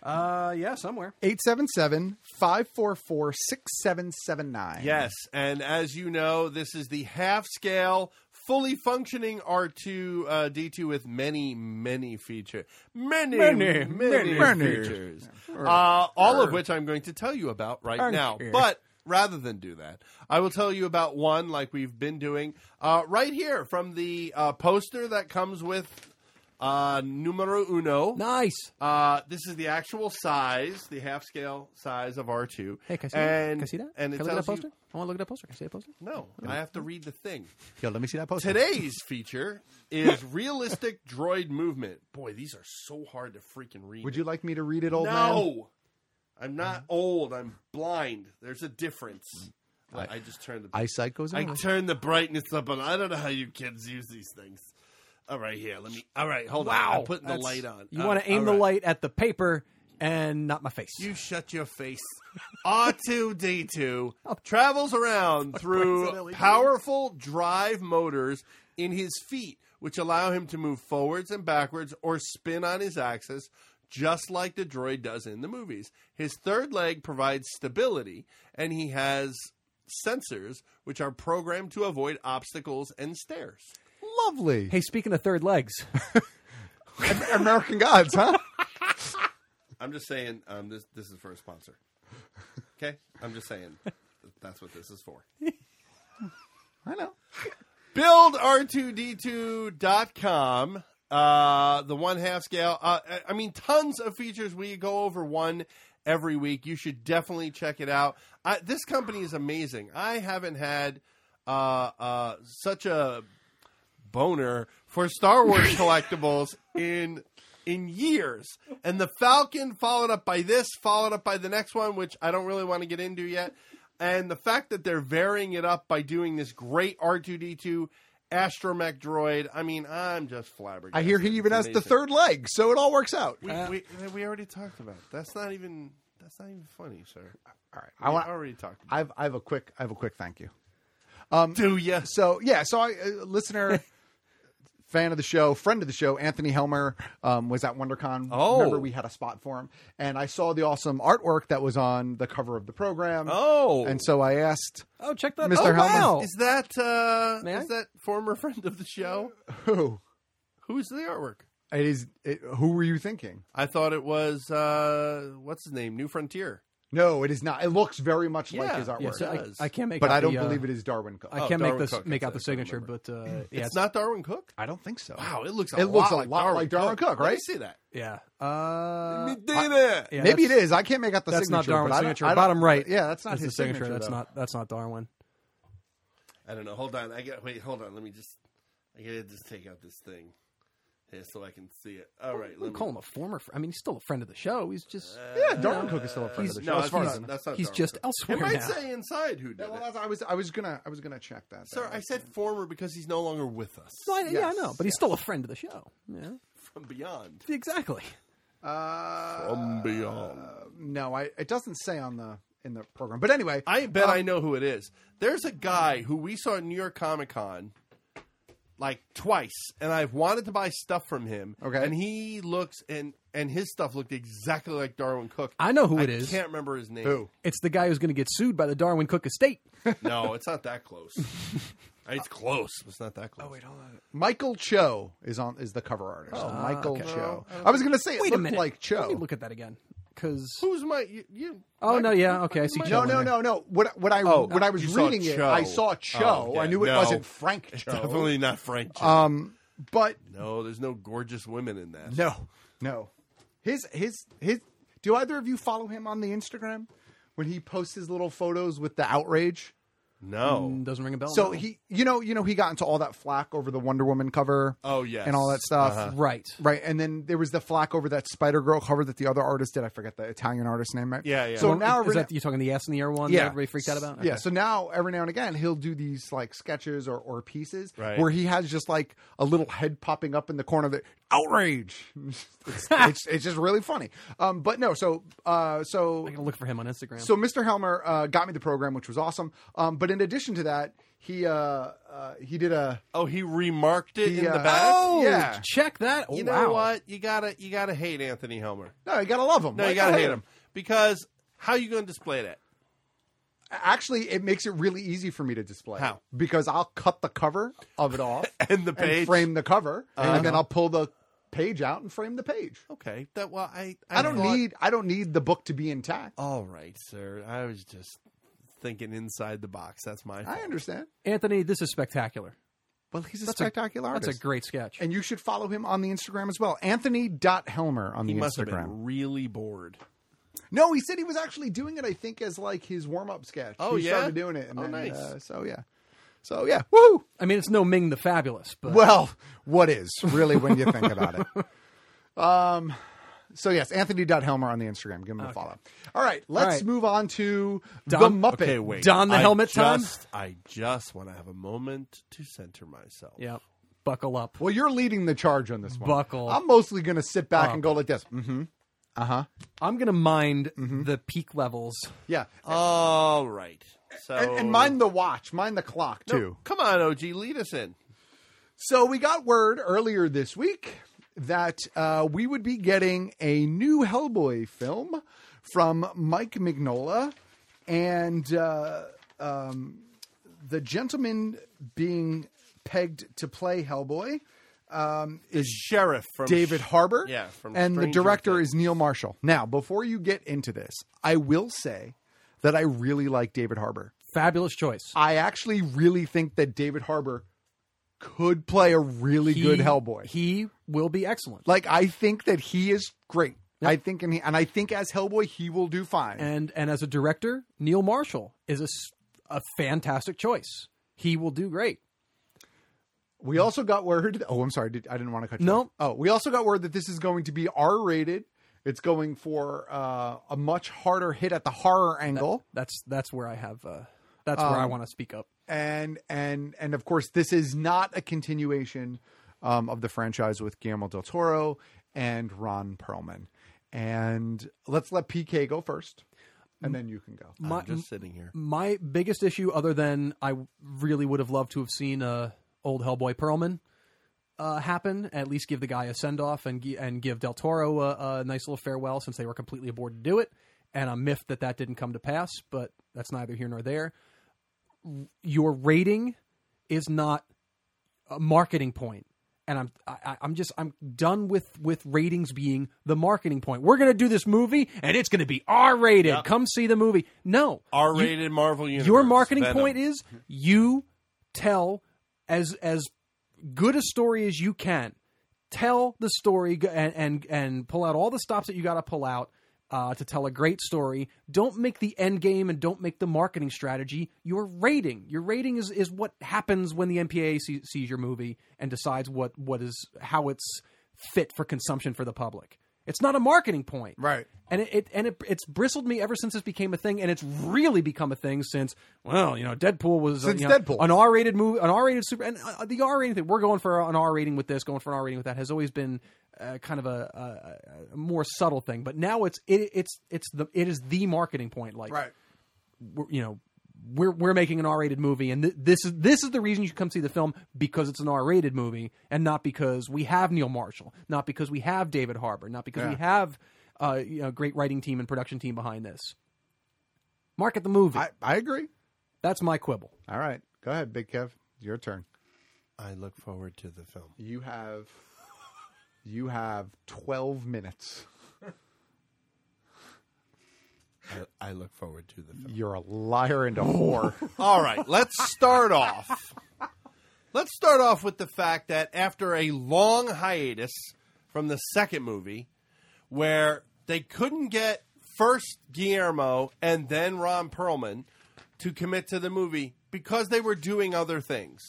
Speaker 12: Uh, yeah, somewhere.
Speaker 4: 877 544 6779.
Speaker 2: Yes. And as you know, this is the half scale, fully functioning R2 uh, D2 with many, many feature, Many,
Speaker 12: Many,
Speaker 2: many,
Speaker 12: many
Speaker 2: many, features. Uh, all of which I'm going to tell you about right
Speaker 12: Aren't
Speaker 2: now.
Speaker 12: you?
Speaker 2: But rather than do that, I will tell you about one like we've been doing uh, right here from the uh, poster that comes with uh, numero uno.
Speaker 12: Nice.
Speaker 2: Uh, this is the actual size, the half scale size of R2.
Speaker 12: Hey, can I see that?
Speaker 2: and,
Speaker 12: Can I see that?
Speaker 2: And
Speaker 12: can I
Speaker 2: it
Speaker 12: look at
Speaker 2: tells
Speaker 12: that
Speaker 2: you-
Speaker 12: poster? I want to look at that poster. Can I see that poster?
Speaker 2: No, I have to read the thing.
Speaker 4: Yo, let me see that post.
Speaker 2: Today's feature is realistic droid movement. Boy, these are so hard to freaking read.
Speaker 4: Would you like me to read it, old
Speaker 2: no,
Speaker 4: man?
Speaker 2: I'm not old. I'm blind. There's a difference. I, I just turned the
Speaker 4: Eyesight goes
Speaker 2: I
Speaker 4: away.
Speaker 2: turned the brightness up, and I don't know how you kids use these things. All right, here. Let me. All right, hold on. I'm putting the
Speaker 12: Oh, That's-
Speaker 2: light on.
Speaker 12: You
Speaker 2: Uh,
Speaker 12: want to aim
Speaker 2: all
Speaker 12: the
Speaker 2: right.
Speaker 12: light at the paper and not my face.
Speaker 2: You shut your face. R2D2 travels around through powerful drive motors in his feet, which allow him to move forwards and backwards or spin on his axis, just like the droid does in the movies. His third leg provides stability, and he has sensors which are programmed to avoid obstacles and stairs.
Speaker 4: Lovely.
Speaker 12: Hey, speaking of third legs,
Speaker 4: American Gods, huh?
Speaker 2: I'm just saying, um, this this is for a sponsor. Okay, I'm just saying that's what this is for.
Speaker 4: I know.
Speaker 2: buildr2d2.com uh the one half scale uh I- i mean tons of features we go over one every week you should definitely check it out I, this company is amazing i haven't had uh uh such a boner for star wars collectibles in in years and the falcon followed up by this followed up by the next one which i don't really want to get into yet and the fact that they're varying it up by doing this great r2d2 astromech droid i mean i'm just flabbergasted
Speaker 4: I hear he even
Speaker 2: It's
Speaker 4: has the
Speaker 2: amazing.
Speaker 4: third leg, so it all works out.
Speaker 2: we, we, we already talked about it. that's not even that's not even funny sir all right
Speaker 4: I
Speaker 2: i
Speaker 4: want-
Speaker 2: already talked about
Speaker 4: I've, I have a quick, I have a quick thank you. Um,
Speaker 2: Do ya?
Speaker 4: So yeah, so I uh, listener, fan of the show, friend of the show, Anthony Helmer um, was at WonderCon.
Speaker 2: Oh.
Speaker 4: remember we had a spot for him, and I saw the awesome artwork that was on the cover of the program.
Speaker 2: Oh.
Speaker 4: and so I asked,
Speaker 12: oh, check that.
Speaker 4: Mr.
Speaker 12: Oh,
Speaker 4: Helmer.
Speaker 12: wow.
Speaker 2: is that uh
Speaker 12: May I?
Speaker 2: is that former friend of the show
Speaker 4: who?
Speaker 2: who's the artwork
Speaker 4: It is. It, who were you thinking?
Speaker 2: I thought it was uh, what's his name, New Frontier.
Speaker 4: No, it is not. It looks very much like
Speaker 12: Yeah.
Speaker 4: his artwork.
Speaker 12: Yeah, so I- I can't make
Speaker 4: but
Speaker 12: out
Speaker 4: I don't
Speaker 12: the, uh,
Speaker 4: believe it is Darwin Cook.
Speaker 2: Oh,
Speaker 12: I can't make this make out the signature, but uh, yeah,
Speaker 2: It's not Darwin Cook.
Speaker 4: I don't think so.
Speaker 2: Wow, it looks. A
Speaker 4: It
Speaker 2: lot
Speaker 4: looks a
Speaker 2: like
Speaker 4: lot
Speaker 2: Darwin
Speaker 4: like Darwin Cook,
Speaker 2: Let me
Speaker 4: right?
Speaker 2: see that.
Speaker 12: Yeah. Uh,
Speaker 2: I-
Speaker 12: yeah,
Speaker 4: Maybe it
Speaker 12: that's-
Speaker 4: is. I can't make out the
Speaker 12: that's
Speaker 4: signature.
Speaker 12: not Darwin's
Speaker 4: but I don't-
Speaker 12: signature.
Speaker 4: I don't-
Speaker 12: Bottom right.
Speaker 4: Yeah, that's not his
Speaker 12: the signature. that's
Speaker 4: though.
Speaker 12: not that's not Darwin.
Speaker 2: I don't know. Hold on. I got. Wait. Hold on. Let me just. I gotta just take out this thing here so I can see it. All right.
Speaker 12: We
Speaker 2: Let me,
Speaker 12: call him a former. Fr- I mean, he's still a friend of the show. He's just
Speaker 2: Uh,
Speaker 4: Yeah, Darwin Cook is still a friend
Speaker 12: He's-
Speaker 4: of the
Speaker 12: no,
Speaker 4: show. as far
Speaker 12: he's-
Speaker 4: as I know.
Speaker 2: that's not
Speaker 12: he's
Speaker 2: Darwin
Speaker 12: just
Speaker 2: Cook.
Speaker 12: elsewhere
Speaker 2: It might
Speaker 12: now.
Speaker 2: say inside who did
Speaker 4: well,
Speaker 2: it.
Speaker 4: that's- I was I was gonna I was gonna check that.
Speaker 2: Sir, I said former because he's no longer with us.
Speaker 12: No, I- Yeah, I know, but he's still a friend of the show. Yeah,
Speaker 2: From beyond.
Speaker 12: exactly.
Speaker 4: Uh,
Speaker 2: From beyond.
Speaker 4: no, I it doesn't say on the in the program. But anyway,
Speaker 2: I bet
Speaker 4: Um,
Speaker 2: I know who it is. There's a guy who we saw at New York Comic Con like twice, and I've wanted to buy stuff from him.
Speaker 4: Okay.
Speaker 2: And he looks and and his stuff looked exactly like Darwin Cook.
Speaker 12: I know who
Speaker 2: I
Speaker 12: it is.
Speaker 2: Can't remember his name.
Speaker 12: It's the guy who's going to get sued by the Darwin Cook estate.
Speaker 2: No, it's not that close. it's close. but It's not that close. Oh wait, hold on.
Speaker 4: Michael Cho is on is the cover artist.
Speaker 2: Oh,
Speaker 4: Michael
Speaker 2: okay.
Speaker 4: Cho.
Speaker 2: Well,
Speaker 4: I was gonna say it
Speaker 12: Wait a
Speaker 4: looked
Speaker 12: minute.
Speaker 4: like Cho.
Speaker 12: Let me look at that again. Because
Speaker 2: who's my you? you
Speaker 12: Oh no, yeah, okay, I see. Joe
Speaker 4: No,
Speaker 12: in
Speaker 4: no,
Speaker 12: there.
Speaker 4: no, no. What what I
Speaker 12: Oh,
Speaker 4: when I was
Speaker 12: you saw
Speaker 4: reading it,
Speaker 12: Cho.
Speaker 4: I saw Cho.
Speaker 2: Oh, yeah,
Speaker 4: I knew it
Speaker 2: no.
Speaker 4: wasn't Frank
Speaker 2: It's
Speaker 4: Cho.
Speaker 2: Definitely not Frank Cho.
Speaker 4: Um, but
Speaker 2: no, there's no gorgeous women in that.
Speaker 4: no, no. His his his. Do either of you follow him on the Instagram? When he posts his little photos with the outrage.
Speaker 2: No.
Speaker 12: Mm, doesn't ring a bell.
Speaker 4: So
Speaker 12: no.
Speaker 4: he, you know, you know, he got into all that flack over the Wonder Woman cover.
Speaker 2: Oh, yes.
Speaker 4: and all that stuff.
Speaker 2: Uh-huh.
Speaker 12: Right,
Speaker 4: right. And then there was the flack over that Spider Girl cover that the other artist did. I forget the Italian artist name. Right?
Speaker 12: Yeah, yeah.
Speaker 4: So
Speaker 12: Well,
Speaker 4: now
Speaker 12: is
Speaker 4: every-
Speaker 12: that- you're talking the ass in the air one that everybody freaked out about?
Speaker 4: Yeah.
Speaker 12: Okay.
Speaker 4: So now every now and again he'll do these like sketches or, or pieces
Speaker 12: Right.
Speaker 4: where he has just like a little head popping up in the corner that outrage. it's, it's, it's just really funny. Um, but no. So uh, so
Speaker 12: I'm gonna look for him on Instagram.
Speaker 4: so Mr. Helmer uh, got me the program, which was awesome. Um, but in addition to that, he uh, uh, he did a
Speaker 2: Oh, he remarked it
Speaker 4: He,
Speaker 2: in the
Speaker 4: uh,
Speaker 2: back.
Speaker 4: Oh, Yeah.
Speaker 12: check that.
Speaker 4: Oh,
Speaker 2: you know what? You gotta you gotta hate Anthony Helmer.
Speaker 4: No, you gotta love him.
Speaker 2: No,
Speaker 4: Why
Speaker 2: you gotta
Speaker 4: not
Speaker 2: hate him. because how you gonna display that?
Speaker 4: Actually, it makes it really easy for me to display.
Speaker 2: How?
Speaker 4: Because I'll cut the cover of it off
Speaker 2: And the page?
Speaker 4: frame the cover,
Speaker 2: Uh-huh.
Speaker 4: and then I'll pull the page out and frame the page.
Speaker 2: Okay, that well, I
Speaker 4: I, don't
Speaker 2: thought-
Speaker 4: need I don't need the book to be intact.
Speaker 2: All right, sir. I was just thinking inside the box. That's my.
Speaker 4: I understand.
Speaker 12: Anthony, this is spectacular.
Speaker 4: Well, he's a
Speaker 12: That's a-
Speaker 4: spectacular artist.
Speaker 12: that's a great sketch.
Speaker 4: And you should follow him on the Instagram as well. Anthony.Helmer on
Speaker 2: He
Speaker 4: the
Speaker 2: must have
Speaker 4: Instagram.
Speaker 2: been really bored.
Speaker 4: No, he said he was actually doing it, I think, as like his warm up sketch.
Speaker 2: Oh,
Speaker 4: he
Speaker 2: yeah?
Speaker 4: started doing it. And
Speaker 2: Oh,
Speaker 4: then,
Speaker 2: nice.
Speaker 4: uh, so, yeah. So, yeah. Woo!
Speaker 12: I mean, it's no Ming the Fabulous, but
Speaker 4: Well, what is really when you think about it? Um, so yes, Anthony.Helmer on the Instagram. Give him a follow. All right, let's
Speaker 12: right.
Speaker 4: move on to
Speaker 12: Don-
Speaker 4: the Muppet.
Speaker 2: Okay, wait.
Speaker 12: Don the
Speaker 2: I
Speaker 12: helmet, Tom?
Speaker 2: just, I just want to have a moment to center myself.
Speaker 12: yeah, uh, buckle up.
Speaker 4: Well, you're leading the charge on this one.
Speaker 12: Buckle
Speaker 4: I'm mostly going to sit back
Speaker 12: up.
Speaker 4: and go like this. Mm-hmm. Uh huh.
Speaker 12: I'm gonna mind
Speaker 4: Mm-hmm.
Speaker 12: the peak levels.
Speaker 4: Yeah.
Speaker 2: All right. So
Speaker 4: And, and mind the watch, mind the clock
Speaker 2: Oh. No,
Speaker 4: too.
Speaker 2: Come on, OG, lead us in.
Speaker 4: So we got word earlier this week that uh, we would be getting a new Hellboy film from Mike Mignola and uh, um, the gentleman being pegged to play Hellboy um,
Speaker 2: The sheriff from
Speaker 4: David Harbour.
Speaker 2: Yeah, from
Speaker 4: and the
Speaker 2: Stranger
Speaker 4: director
Speaker 2: Things.
Speaker 4: is Neil Marshall. Now, before you get into this, I will say that I really like David Harbour.
Speaker 12: Fabulous choice.
Speaker 4: I actually really think that David Harbour could play a really
Speaker 12: He-
Speaker 4: good Hellboy.
Speaker 12: He will be excellent.
Speaker 4: Like I think that he is great. I think and he, and I think as Hellboy he will do fine.
Speaker 12: and and as a director, Neil Marshall is a, s- a fantastic choice. He will do great.
Speaker 4: we also got word. Oh, I'm sorry. Did, I didn't want to cut you.
Speaker 12: No.
Speaker 4: off. Oh, we also got word that this is going to be R rated. It's going for uh, a much harder hit at the horror angle,
Speaker 12: That's that's where I have. Uh, that's where I
Speaker 4: Um,
Speaker 12: want to speak up.
Speaker 4: and and and of course this is not a continuation um, of the franchise with Guillermo del Toro and Ron Perlman. And let's let PK go first, and then you can go.
Speaker 12: My-
Speaker 2: I'm just sitting here.
Speaker 12: My biggest issue, other than I really would have loved to have seen uh, old Hellboy Perlman uh, happen, at least give the guy a send off and gi- and give Del Toro a, a nice little farewell, since they were completely aboard to do it. And I'm miffed that that didn't come to pass, but that's neither here nor there. Your rating is not a marketing point. and I'm I, I- I'm just I'm done with with ratings being the marketing point. We're gonna do this movie, and it's gonna be R rated. Come see the movie. No,
Speaker 2: R rated Marvel universe.
Speaker 12: your marketing
Speaker 2: Venom.
Speaker 12: point is you tell as as good a story as you can. Tell the story g- and and, and pull out all the stops that you got to pull out uh, to tell a great story. Don't make the end game and don't make the marketing strategy your rating. Your rating is is what happens when the MPAA see, sees your movie and decides what what is how it's fit for consumption for the public. It's not a marketing point, right? And it, it and it, it's bristled me ever since this became a thing, and it's really become a thing since well, you know, Deadpool was uh,
Speaker 4: Since
Speaker 12: you know,
Speaker 4: Deadpool.
Speaker 12: an R-rated movie, an R-rated super, and uh, the R-rating thing. We're going for an R rating with this, going for an R rating with that. Has always been uh, kind of a, a, a more subtle thing, but now it's it, it's it's the it is the marketing point. Like, right? We're, you know, we're we're making an R rated movie, and th- this is this is the reason you should come see the film because it's an R rated movie, and not because we have Neil Marshall, not because we have David Harbour, not because we
Speaker 4: Yeah.
Speaker 12: have uh, you know great writing team and production team behind this. Market the movie. I,
Speaker 4: I agree.
Speaker 12: That's my quibble.
Speaker 4: All right, go ahead, Big Kev. Your turn.
Speaker 2: I look forward to the film.
Speaker 4: You have you have twelve minutes.
Speaker 2: I, I look forward to the film.
Speaker 4: You're a liar and a whore.
Speaker 2: All right, let's start off. Let's start off with the fact that after a long hiatus from the second movie, where they couldn't get first Guillermo and then Ron Perlman to commit to the movie because they were doing other things.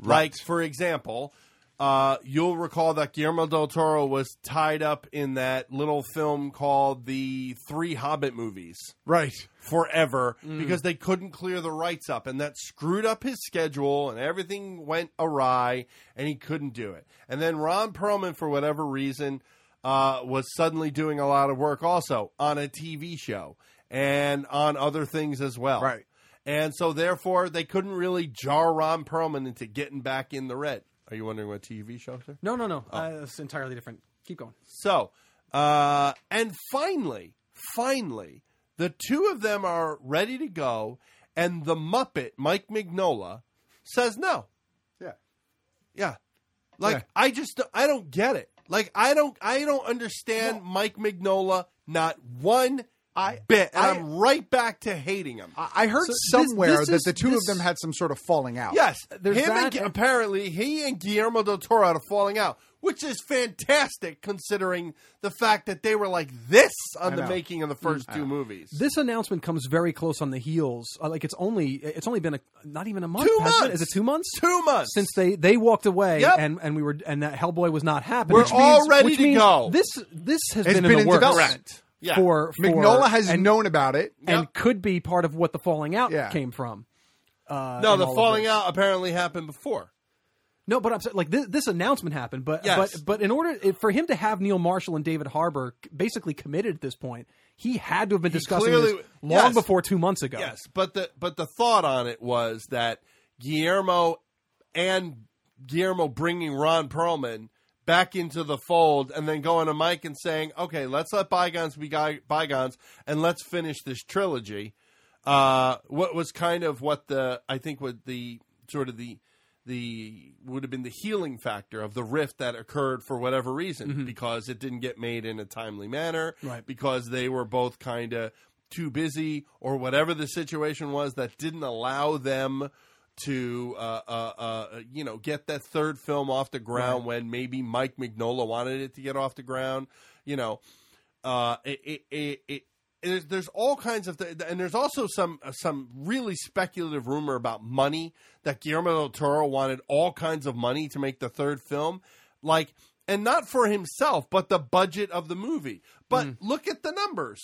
Speaker 2: Like, for example, uh, you'll recall that Guillermo del Toro was tied up in that little film called The Three Hobbit Movies.
Speaker 4: Right.
Speaker 2: Forever because they couldn't clear the rights up. And that screwed up his schedule and everything went awry and he couldn't do it. And then Ron Perlman, for whatever reason, uh, was suddenly doing a lot of work also on a TV show and on other things as well. Right. And so, therefore, they couldn't really jar Ron Perlman into getting back in the red. Are you wondering what TV show, sir?
Speaker 12: No, no, no. Uh, it's entirely different. Keep going.
Speaker 2: So, uh, and finally, finally, the two of them are ready to go, and the Muppet, Mike Mignola, says no.
Speaker 4: Yeah.
Speaker 2: Yeah. Like,
Speaker 4: Yeah.
Speaker 2: I just, I don't get it. Like, I don't, I don't understand Mike Mignola not one bit. And I, am right back to hating him.
Speaker 4: I heard
Speaker 2: So this-
Speaker 4: somewhere
Speaker 2: this
Speaker 4: that
Speaker 2: is-
Speaker 4: the two
Speaker 2: this-
Speaker 4: of them had some sort of falling out.
Speaker 2: Yes, him and, Gu- apparently he and Guillermo del Toro had a falling out, which is fantastic considering the fact that they were like this on
Speaker 12: I
Speaker 2: the
Speaker 12: know.
Speaker 2: making of the first two movies.
Speaker 12: This announcement comes very close on the heels. Uh, Like it's only it's only been a, not even a month.
Speaker 2: Two
Speaker 12: has it?
Speaker 2: months!
Speaker 12: Is it two months?
Speaker 2: Two months
Speaker 12: since they they walked away,
Speaker 2: Yep.
Speaker 12: and and we were and that Hellboy was not happening.
Speaker 2: We're
Speaker 12: Which
Speaker 2: all
Speaker 12: means-
Speaker 2: ready
Speaker 12: which
Speaker 2: to
Speaker 12: means
Speaker 2: go.
Speaker 12: This this has
Speaker 4: It's
Speaker 12: been,
Speaker 4: been
Speaker 12: in,
Speaker 4: in
Speaker 12: the works
Speaker 4: development. Yeah.
Speaker 12: for, for
Speaker 4: Mignola has
Speaker 12: and,
Speaker 4: known about it
Speaker 12: and could be part of what the falling out
Speaker 2: Yeah.
Speaker 12: came from. Uh,
Speaker 2: no,
Speaker 12: in
Speaker 2: the
Speaker 12: all of
Speaker 2: falling
Speaker 12: this.
Speaker 2: out apparently happened before.
Speaker 12: No, but I'm saying like this, this announcement happened, but
Speaker 2: Yes.
Speaker 12: but but in order it- for him to have Neil Marshall and David Harbour c- basically committed at this point, he had to have been discussing
Speaker 2: clearly-
Speaker 12: this long
Speaker 2: yes.
Speaker 12: before two months ago.
Speaker 2: Yes, but the but the thought on it was that Guillermo and Guillermo bringing Ron Perlman back into the fold, and then going to Mike and saying, "Okay, let's let bygones be guy- bygones, and let's finish this trilogy." Uh, what was kind of what the I think what the sort of the the would have been the healing factor of the rift that occurred for whatever reason
Speaker 12: Mhm.
Speaker 2: because it didn't get made in a timely manner
Speaker 12: Right.
Speaker 2: because they were both kind of too busy or whatever the situation was that didn't allow them to uh, uh, uh, you know get that third film off the ground
Speaker 12: Right.
Speaker 2: when maybe Mike Mignola wanted it to get off the ground. You know, uh, it, it, it, it, there's, there's all kinds of th- and there's also some uh, some really speculative rumor about money that Guillermo del Toro wanted all kinds of money to make the third film, like and not for himself but the budget of the movie. But look at the numbers.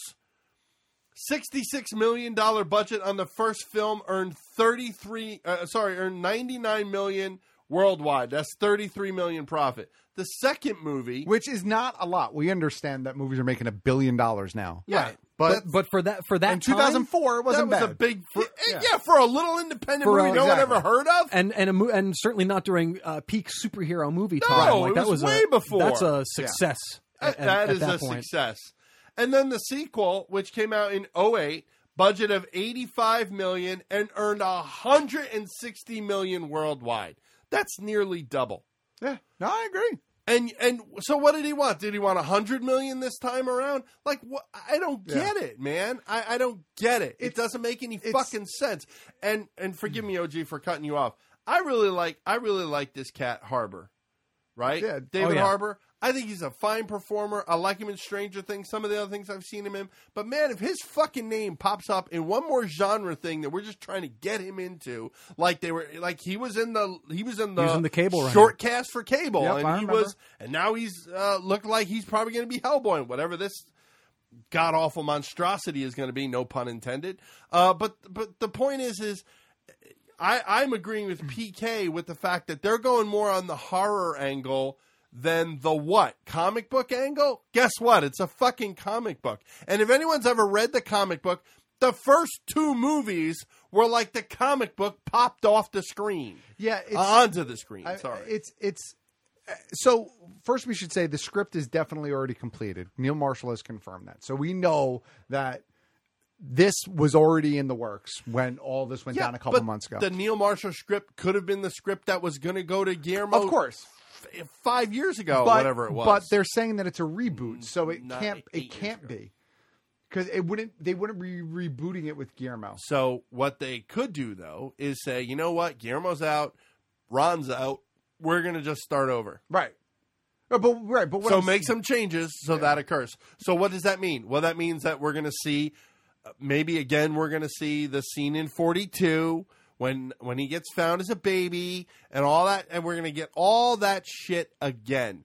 Speaker 2: $66 million budget on the first film earned 33 uh, sorry earned 99 million worldwide that's 33 million profit the second movie
Speaker 4: which is not a lot. We understand that movies are making a billion dollars now.
Speaker 2: Yeah.
Speaker 4: Right.
Speaker 12: but,
Speaker 4: But,
Speaker 12: but for that for that
Speaker 4: in 2004, it wasn't
Speaker 2: that was
Speaker 4: bad.
Speaker 2: a big for, yeah. for a little independent
Speaker 12: For,
Speaker 2: movie
Speaker 12: uh,
Speaker 2: no
Speaker 12: exactly.
Speaker 2: one ever heard of
Speaker 12: and and a mo- and certainly not during uh, peak superhero movie
Speaker 2: No,
Speaker 12: time. Like
Speaker 2: it
Speaker 12: that
Speaker 2: was
Speaker 12: was
Speaker 2: way
Speaker 12: a,
Speaker 2: before.
Speaker 12: That's
Speaker 2: Yeah.
Speaker 12: a success.
Speaker 2: That-
Speaker 12: at- at-
Speaker 2: that
Speaker 12: at
Speaker 2: is a
Speaker 12: point.
Speaker 2: success. And then the sequel, which came out in 08, budget of 85 million and earned 160 million worldwide. That's nearly double.
Speaker 4: Yeah, no, I agree.
Speaker 2: And and so what did he want? Did he want a hundred million this time around? Like what? I don't get it, man. I, I don't get it. it doesn't make any fucking sense. And and forgive me, OG, for cutting you off. I really like I really like this cat Harbor, right?
Speaker 4: Yeah.
Speaker 2: David
Speaker 4: Oh, yeah.
Speaker 2: Harbor. I think he's a fine performer. I like him in Stranger Things, some of the other things I've seen him in. But man, if his fucking name pops up in one more genre thing that we're just trying to get him into, like they were, like he was in the he was in the,
Speaker 12: in the cable runner.
Speaker 2: short cast for cable,
Speaker 12: Yep,
Speaker 2: and
Speaker 12: I
Speaker 2: he
Speaker 12: remember.
Speaker 2: was, and now he's uh, looked like he's probably going to be Hellboy, whatever this god awful monstrosity is going to be, no pun intended. Uh, but but the point is is I, I'm agreeing with PK with the fact that they're going more on the horror angle than the what comic book angle. Guess what? It's a fucking comic book. And if anyone's ever read the comic book, the first two movies were like the comic book popped off the screen. Uh,
Speaker 4: Yeah, it's-
Speaker 2: onto the screen.
Speaker 4: I-
Speaker 2: Sorry.
Speaker 4: It's it's uh, so first we should say the script is definitely already completed. Neil Marshall has confirmed that. So we know that this was already in the works when all this went down a couple
Speaker 2: but
Speaker 4: months ago.
Speaker 2: The Neil Marshall script could have been the script that was going to go to Guillermo.
Speaker 4: Of course.
Speaker 2: f- five years ago,
Speaker 4: but,
Speaker 2: Oh, whatever it was.
Speaker 4: But they're saying that it's a reboot, so it
Speaker 2: Not
Speaker 4: can't it can't be. Because it wouldn't they wouldn't be rebooting it with Guillermo.
Speaker 2: So what they could do though is say, you know what, Guillermo's out, Ron's out. We're gonna just start over.
Speaker 4: Right. Uh, But right, but what
Speaker 2: so
Speaker 4: I'm-
Speaker 2: make some changes so that occurs. So what does that mean? Well, that means that we're gonna see, uh, maybe again, we're gonna see the scene in Forty Two when when he gets found as a baby and all that, and we're gonna get all that shit again.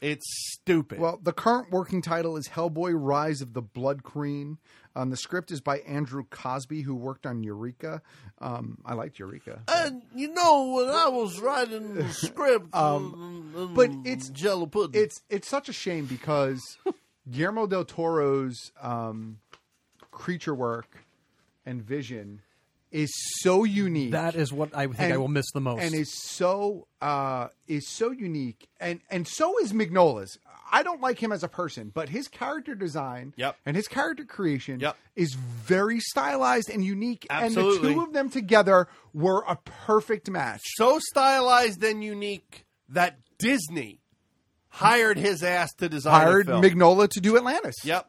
Speaker 2: It's stupid.
Speaker 4: Well, the current working title is Hellboy: Rise of the Blood Queen. Um, the script is by Andrew Cosby, who worked on Eureka. Um, I liked Eureka.
Speaker 2: And you know when I was writing the script, um,
Speaker 4: but it's
Speaker 2: Jello pudding.
Speaker 4: It's it's such a shame because Guillermo del Toro's um, creature work and vision is so unique.
Speaker 12: That is what I think I will miss the most.
Speaker 4: and is so uh, is so unique, and and so is Mignola's. I don't like him as a person, but his character design
Speaker 2: Yep.
Speaker 4: and his character creation is very stylized and unique. And the
Speaker 2: Absolutely.
Speaker 4: two of them together were a perfect match.
Speaker 2: so stylized and unique that Disney hired his ass to design.
Speaker 4: Hired
Speaker 2: the film.
Speaker 4: Mignola to do Atlantis.
Speaker 2: Yep.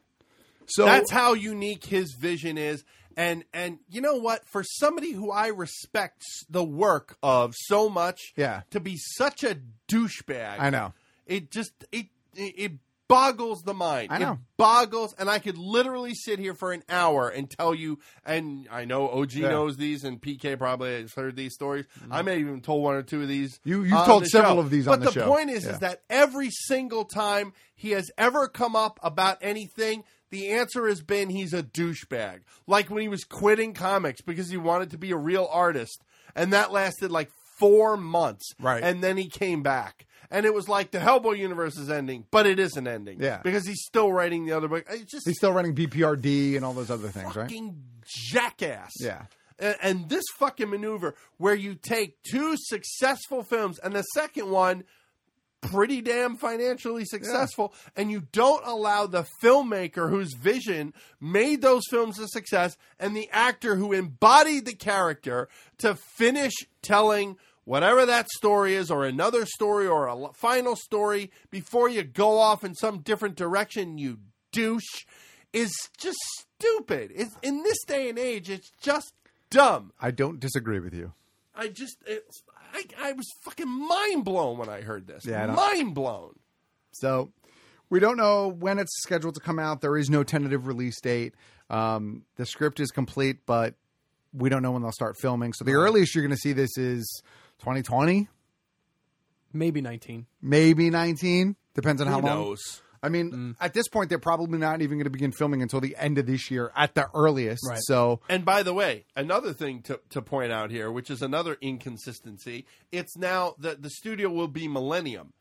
Speaker 4: So
Speaker 2: that's how unique his vision is. And and you know what? For somebody who I respect the work of so much,
Speaker 4: Yeah.
Speaker 2: to be such a douchebag,
Speaker 4: I know.
Speaker 2: It just it it. it Boggles the mind.
Speaker 4: I know.
Speaker 2: It boggles, and I could literally sit here for an hour and tell you. And I know OG
Speaker 4: Yeah. Mm-hmm.
Speaker 2: knows these, and PK probably has heard these stories. I may have even told one or two of these.
Speaker 4: You- you've
Speaker 2: on
Speaker 4: told
Speaker 2: the
Speaker 4: several
Speaker 2: show.
Speaker 4: of these
Speaker 2: but
Speaker 4: on the show.
Speaker 2: point is,
Speaker 4: Yeah.
Speaker 2: is that every single time he has ever come up about anything, the answer has been he's a douchebag. Like when he was quitting comics because he wanted to be a real artist, and that lasted like four months. Right, and then he came back, and it was like the Hellboy universe is ending, but it isn't ending.
Speaker 4: Yeah.
Speaker 2: because he's still writing the other book. It's just
Speaker 4: he's still running BPRD and all those other things, right?
Speaker 2: fucking jackass.
Speaker 4: Yeah.
Speaker 2: A- And this fucking maneuver where you take two successful films and the second one pretty damn financially successful and you don't allow the filmmaker whose vision made those films a success and the actor who embodied the character to finish telling whatever that story is or another story or a l- final story before you go off in some different direction you douche is just stupid it's in this day and age it's just dumb
Speaker 4: I don't disagree with you.
Speaker 2: I just, it's, I, I was fucking mind blown when I heard this.
Speaker 4: Yeah, I don't-
Speaker 2: mind blown.
Speaker 4: So we don't know when it's scheduled to come out. There is no tentative release date. Um, the script is complete, but we don't know when they'll start filming. So the earliest you're going to see this is 2020,
Speaker 12: Maybe 19.
Speaker 4: maybe 19. Depends on
Speaker 12: Who
Speaker 4: how long.
Speaker 12: knows? Mm.
Speaker 4: I mean, at this point, they're probably not even going to begin filming until the end of this year at the earliest. So
Speaker 2: and by the way, another thing to, to point out here, which is another inconsistency, it's now that the studio will be Millennium,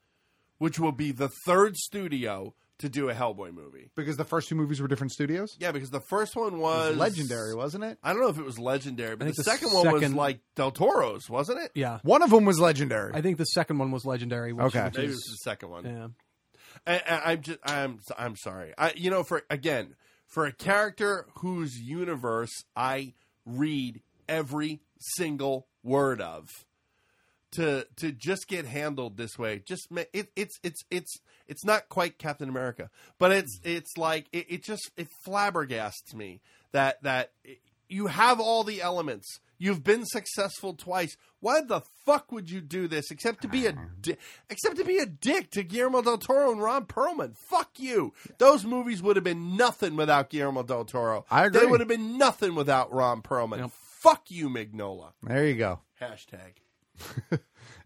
Speaker 2: which will be the third studio to do a Hellboy movie.
Speaker 4: because the first two movies were different studios,
Speaker 2: Yeah, because the first one
Speaker 4: It
Speaker 2: was,
Speaker 4: was legendary, wasn't it?
Speaker 2: I don't know if it was legendary, but the,
Speaker 12: think the
Speaker 2: second, one was
Speaker 12: second-
Speaker 2: like Del Toro's, wasn't it?
Speaker 12: Yeah.
Speaker 4: One of them was legendary.
Speaker 12: Uh, I think the second one was legendary. Which,
Speaker 4: Okay.
Speaker 12: which
Speaker 2: Maybe it
Speaker 12: is-
Speaker 2: was the second one.
Speaker 12: Yeah.
Speaker 2: I, I, I'm just I'm I'm sorry. I you know for again for a character whose universe I read every single word of to to just get handled this way. Just ma- it, it's it's it's it's not quite Captain America, but it's
Speaker 4: Hmm.
Speaker 2: it's like it, it just it flabbergasts me that that you have all the elements. You've been successful twice. Why the fuck would you do this except to be a di- except to be a dick to Guillermo del Toro and Ron Perlman? Fuck you. Those movies would have been nothing without Guillermo del Toro.
Speaker 4: I agree.
Speaker 2: They would have been nothing without Ron Perlman. Fuck you, Mignola.
Speaker 4: There you go.
Speaker 2: Hashtag.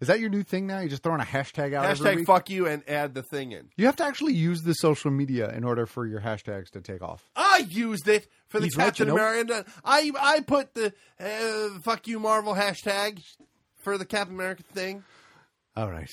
Speaker 4: Is that your new thing now? You're just throwing a hashtag out every
Speaker 2: Hashtag
Speaker 4: week?
Speaker 2: fuck you and add the thing in.
Speaker 4: You have to actually use the social media in order for your hashtags to take off.
Speaker 2: I used it for the
Speaker 4: He's right,
Speaker 2: Captain
Speaker 4: you know.
Speaker 2: America. I I put the uh, fuck you Marvel hashtag for the Captain America thing.
Speaker 4: All right.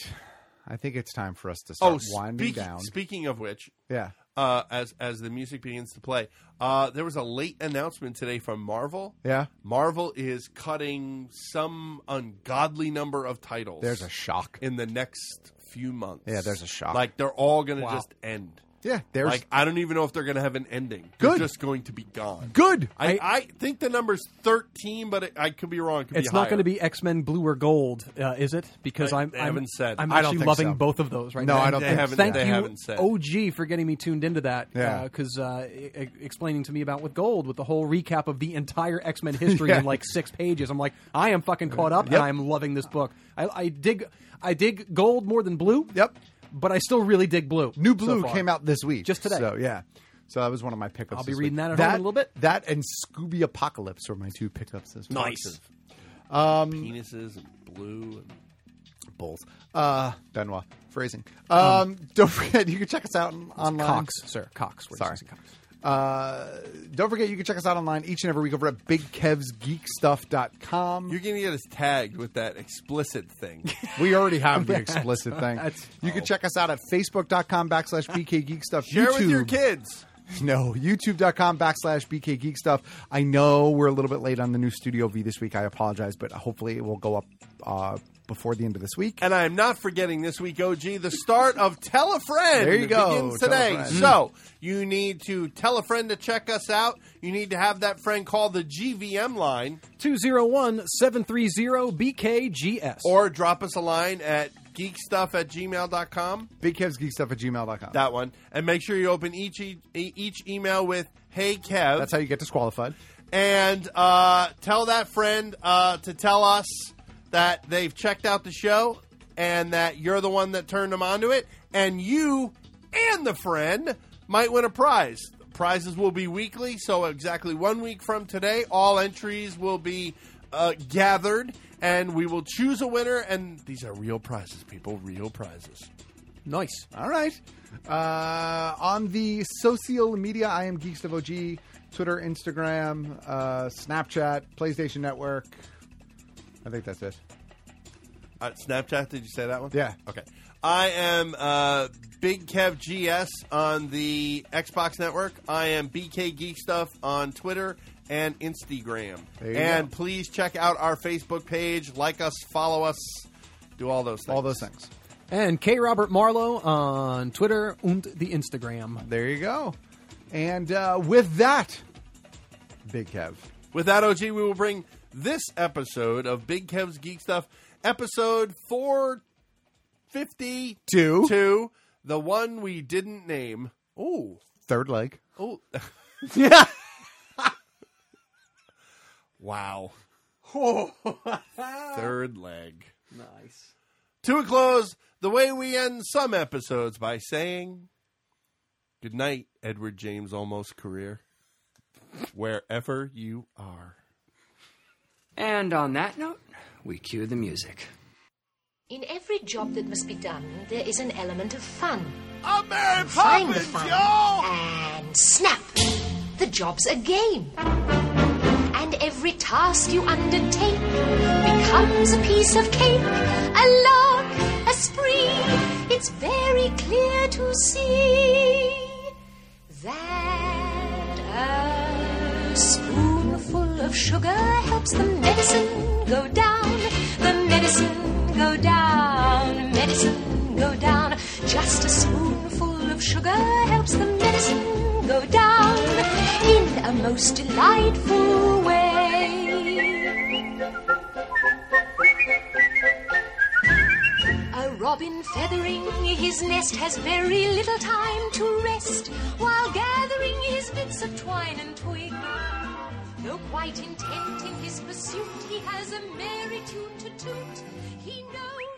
Speaker 4: I think it's time for us to
Speaker 12: Oh,
Speaker 4: start winding
Speaker 2: Oh, speak-
Speaker 4: down.
Speaker 2: Speaking of which,
Speaker 4: Yeah.
Speaker 2: uh, as as the music begins to play, uh, there was a late announcement today from Marvel.
Speaker 4: Yeah.
Speaker 2: Marvel is cutting some ungodly number of titles.
Speaker 4: There's a shock
Speaker 2: in the next few months.
Speaker 4: Yeah, there's a shock.
Speaker 2: Like they're all going to
Speaker 4: Wow.
Speaker 2: just end.
Speaker 4: Yeah, there's-
Speaker 2: like I don't even know if they're going to have an ending.
Speaker 4: Good.
Speaker 2: they're just going to be gone.
Speaker 4: Good.
Speaker 2: I, I, think the number's thirteen, but it, I could be wrong. It could
Speaker 12: It's
Speaker 2: be
Speaker 12: not going
Speaker 2: higher.
Speaker 12: to be X Men Blue or Gold, uh, is it? Because I'm
Speaker 2: they
Speaker 12: I'm,
Speaker 2: haven't said.
Speaker 12: I'm
Speaker 2: I don't
Speaker 12: actually
Speaker 2: think
Speaker 12: loving
Speaker 2: so.
Speaker 12: both of those right
Speaker 2: No,
Speaker 12: now.
Speaker 2: I don't They think haven't- so.
Speaker 12: Thank
Speaker 2: they
Speaker 12: you,
Speaker 2: haven't said.
Speaker 12: OG, for getting me tuned into that.
Speaker 2: Yeah.
Speaker 12: Because uh, e- e- explaining to me about with Gold, with the whole recap of the entire X Men history
Speaker 4: Yeah.
Speaker 12: in like six pages, I'm like, I am fucking caught up,
Speaker 4: Yep.
Speaker 12: and I'm loving this book. I, I dig, I dig Gold more than Blue. Yep. But I still really dig Blue.
Speaker 4: New Blue came out this week. Just
Speaker 12: today.
Speaker 4: So, yeah. So that was one of my pickups.
Speaker 12: I'll be
Speaker 4: this
Speaker 12: reading
Speaker 4: week.
Speaker 12: that at home in a little bit.
Speaker 4: That and Scooby Apocalypse were my two pickups this week.
Speaker 2: Nice.
Speaker 4: Um,
Speaker 2: penises and blue and
Speaker 4: bulls. Uh, Benoit phrasing. Um, don't forget you can check us out on, online.
Speaker 12: Cox, sir. Cox. We're
Speaker 4: Sorry.
Speaker 12: just using Cox.
Speaker 4: Uh, don't forget you can check us out online each and every week over at bigkevsgeekstuff.com.
Speaker 2: You're going to get us tagged with that explicit thing.
Speaker 4: We already have the explicit thing.
Speaker 2: That's-
Speaker 4: you can check us out at facebook.com backslash bkgeekstuff.
Speaker 2: Share
Speaker 4: YouTube.
Speaker 2: with your kids.
Speaker 4: No, youtube.com backslash BK Geek Stuff. I know we're a little bit late on the new Studio V this week. I apologize, but hopefully it will go up uh, before the end of this week.
Speaker 2: And I am not forgetting this week, OG, the start of Tell a Friend.
Speaker 4: There you
Speaker 2: It
Speaker 4: go,
Speaker 2: Begins
Speaker 4: Tell a
Speaker 2: today.
Speaker 4: Friend. Mm.
Speaker 2: So you need to tell a friend to check us out. You need to have that friend call the GVM line
Speaker 12: 201 730 BKGS.
Speaker 2: or drop us a line at geekstuff at gmail.com.
Speaker 4: BigKevsGeekStuff at gmail.com.
Speaker 2: That one. And make sure you open each, e- each email with, Hey, Kev.
Speaker 4: That's how you get disqualified.
Speaker 2: and uh, tell that friend uh, to tell us that they've checked out the show and that you're the one that turned them onto it. And you and the friend might win a prize. Prizes will be weekly, so exactly one week from today, all entries will be uh, gathered, and we will choose a winner. And these are real prizes, people, real prizes.
Speaker 12: Nice.
Speaker 4: All right. Uh, on the social media, I am Geeks of OG, Twitter, Instagram, uh, Snapchat, PlayStation Network. I think that's it.
Speaker 2: Uh, Snapchat, did you say that one?
Speaker 4: Yeah.
Speaker 2: Okay. I am uh, Big Kev GS on the Xbox Network. I am BK Geek Stuff on Twitter and Instagram.
Speaker 4: There you
Speaker 2: And please check out our Facebook page. Like us, follow us, do all those things.
Speaker 4: All those things.
Speaker 12: And K. Robert Marlowe on Twitter and the Instagram.
Speaker 4: There you go. And uh, with that, Big Kev.
Speaker 2: With that, OG, we will bring this episode of Big Kev's Geek Stuff, episode 452,
Speaker 4: Two.
Speaker 2: the one we didn't name. Oh,
Speaker 4: Third leg.
Speaker 2: oh. wow. Third leg.
Speaker 18: Nice.
Speaker 2: To a close, the way we end some episodes by saying, Good night, Edward James Almost career, wherever you are.
Speaker 18: And on that note, we cue the music.
Speaker 13: In every job that must be done, there is an element of fun.
Speaker 2: I'm Mary
Speaker 13: Find the fun and snap. The job's a game. And every task you undertake becomes a piece of cake, a lark, a spree. It's very clear to see that a spoonful of sugar helps the medicine go down. The medicine go down, medicine go down. Just a spoonful of sugar helps the medicine go down in a most delightful way.
Speaker 2: robin feathering his nest has very little time to rest while gathering his bits of twine and twig. Though quite intent in his pursuit, he has a merry tune to toot. He knows.